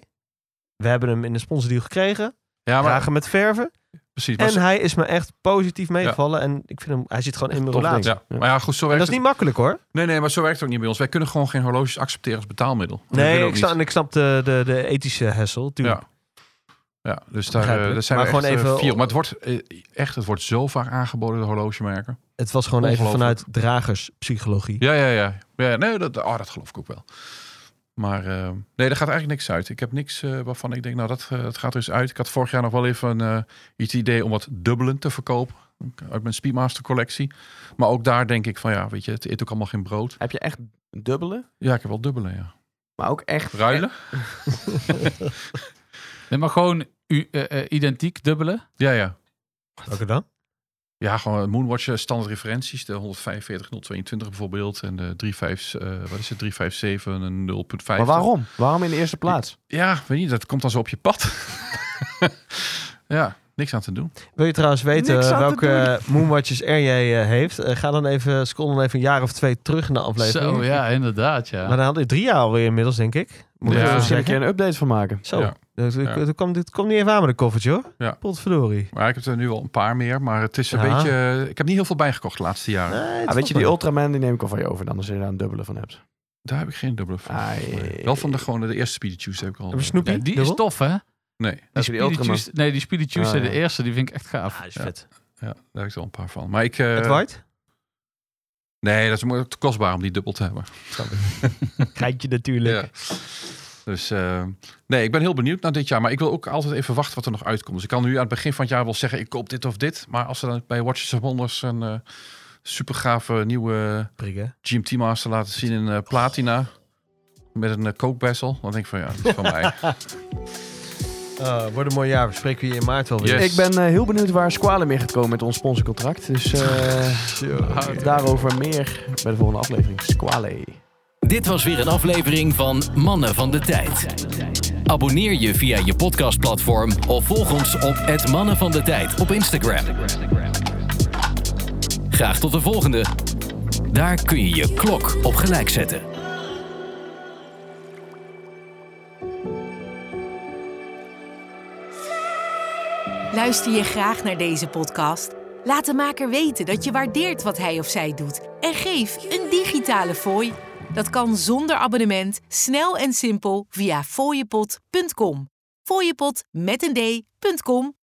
[SPEAKER 2] We hebben hem in de sponsordeal gekregen.
[SPEAKER 3] Ja, maar
[SPEAKER 2] Dragen met verven.
[SPEAKER 3] precies. Maar,
[SPEAKER 2] En
[SPEAKER 3] zo-
[SPEAKER 2] hij is me echt positief meegevallen. En ik vind hem, hij zit gewoon in mijn
[SPEAKER 6] tof
[SPEAKER 2] relatie.
[SPEAKER 6] ding.
[SPEAKER 3] ja. maar ja, goed, zo
[SPEAKER 2] En
[SPEAKER 3] werkt
[SPEAKER 2] dat is
[SPEAKER 3] het.
[SPEAKER 2] niet makkelijk hoor.
[SPEAKER 3] Nee, nee, maar zo werkt het ook niet bij ons. Wij kunnen gewoon geen horloges accepteren als betaalmiddel. Dat willen
[SPEAKER 2] Nee,
[SPEAKER 3] we
[SPEAKER 2] ik,
[SPEAKER 3] ook
[SPEAKER 2] sta,
[SPEAKER 3] niet.
[SPEAKER 2] en ik snap de, de, de ethische hassle. Tuurlijk.
[SPEAKER 3] Ja. Ja, dus daar,
[SPEAKER 2] Begrijpelijk.
[SPEAKER 3] eh, daar zijn
[SPEAKER 2] Maar
[SPEAKER 3] we
[SPEAKER 2] gewoon
[SPEAKER 3] echt, eh,
[SPEAKER 2] even-
[SPEAKER 3] fier op. Maar het wordt eh, echt, het wordt zo vaak aangeboden door horlogemerken.
[SPEAKER 2] Het was gewoon even
[SPEAKER 3] Ongelooflijk.
[SPEAKER 2] vanuit dragerspsychologie.
[SPEAKER 3] Ja, ja, ja. ja nee, dat, oh, dat geloof ik ook wel. Maar eh, nee, er gaat eigenlijk niks uit. Ik heb niks eh, waarvan ik denk, nou, dat, eh, dat gaat er eens uit. Ik had vorig jaar nog wel even eh, iets idee om wat dubbelen te verkopen. Uit mijn Speedmaster collectie. Maar ook daar denk ik van, ja, weet je, het eet ook allemaal geen brood.
[SPEAKER 6] Heb je echt dubbele?
[SPEAKER 3] Ja, ik heb wel dubbelen, ja.
[SPEAKER 6] Maar ook echt...
[SPEAKER 3] Ruilen?
[SPEAKER 1] Nee, maar gewoon u- eh, eh, identiek dubbelen.
[SPEAKER 3] Ja, ja.
[SPEAKER 2] Welke dan?
[SPEAKER 3] Ja, gewoon Moonwatch eh, standaard referenties. De 145022 bijvoorbeeld. En de 35, eh, wat is het? 357 en 0.5.
[SPEAKER 6] Maar waarom? Waarom in de eerste plaats?
[SPEAKER 3] Ja, weet niet. Dat komt dan zo op je pad. ja, niks aan te doen.
[SPEAKER 2] Wil je trouwens weten
[SPEAKER 6] Niks aan te
[SPEAKER 2] welke Moonwatches er jij eh, heeft? Eh, ga dan even, scroll dan even een jaar of twee terug in de aflevering.
[SPEAKER 1] Zo, ja, inderdaad, ja.
[SPEAKER 2] Maar dan had ik drie jaar alweer inmiddels, denk ik. Moet
[SPEAKER 3] Ja.
[SPEAKER 2] ik even
[SPEAKER 6] Daar moet je een keer
[SPEAKER 2] zeggen.
[SPEAKER 6] een update van maken.
[SPEAKER 2] Zo,
[SPEAKER 3] Ja.
[SPEAKER 2] dat,
[SPEAKER 3] Ja.
[SPEAKER 2] dat, eh, kwam, dit kwam niet even aan met een koffertje hoor.
[SPEAKER 3] Ja.
[SPEAKER 2] Potverdorie.
[SPEAKER 3] Maar ik heb er nu al een paar meer. Maar het is een
[SPEAKER 2] Ja.
[SPEAKER 3] beetje... eh, ik heb niet heel veel bijgekocht de laatste jaren.
[SPEAKER 2] Nee, het
[SPEAKER 6] Ah, weet
[SPEAKER 2] valt
[SPEAKER 6] je, die
[SPEAKER 2] wel.
[SPEAKER 6] Ultraman die neem ik al van je over. Dan als je daar een dubbele van hebt.
[SPEAKER 3] Daar heb ik geen dubbele van.
[SPEAKER 6] Ai.
[SPEAKER 3] Wel van de, gewoon de eerste Speedy Tuesday heb ik al. eh,
[SPEAKER 2] Heb je Snoopy?
[SPEAKER 1] Ja, die is
[SPEAKER 2] Dubbel?
[SPEAKER 1] tof, hè?
[SPEAKER 3] Nee,
[SPEAKER 1] Die
[SPEAKER 6] Heb je die
[SPEAKER 1] Speedy
[SPEAKER 6] Ultraman?
[SPEAKER 1] Tuesday- nee, die Speedy Tuesday,
[SPEAKER 6] Ah, ja.
[SPEAKER 1] de eerste, die vind ik echt gaaf.
[SPEAKER 2] Ah, die is
[SPEAKER 3] Ja.
[SPEAKER 2] vet.
[SPEAKER 3] ja, daar heb ik er al een paar van. Maar ik... eh,
[SPEAKER 2] Het white?
[SPEAKER 3] nee, dat is mo- te kostbaar om die dubbel te hebben.
[SPEAKER 2] Geintje natuurlijk.
[SPEAKER 3] Ja. Dus eh, nee, ik ben heel benieuwd naar dit jaar. Maar ik wil ook altijd even wachten wat er nog uitkomt. Dus ik kan nu aan het begin van het jaar wel zeggen, ik koop dit of dit. Maar als ze dan bij Watches of Wonders een eh super gave nieuwe
[SPEAKER 2] Prik, hè?
[SPEAKER 3] GMT Master laten zien in eh, Platina. Met een uh, kookbessel. Dan denk ik van ja, dat is van mij.
[SPEAKER 2] Eh, wordt een mooi jaar. We spreken we je in maart wel weer.
[SPEAKER 3] Yes.
[SPEAKER 6] Ik ben eh, heel benieuwd waar Squalen mee gaat komen met ons sponsorcontract. Dus eh, daarover meer bij de volgende aflevering. Squale.
[SPEAKER 4] Dit was weer een aflevering van Mannen van de Tijd. Abonneer je via je podcastplatform of volg ons op het Mannen van de Tijd op Instagram. Graag tot de volgende. Daar kun je je klok op gelijk zetten.
[SPEAKER 5] Luister je graag naar deze podcast? Laat de maker weten dat je waardeert wat hij of zij doet en geef een digitale fooi. Dat kan zonder abonnement, snel en simpel via fooiepot.com. fooiepot met een d.com.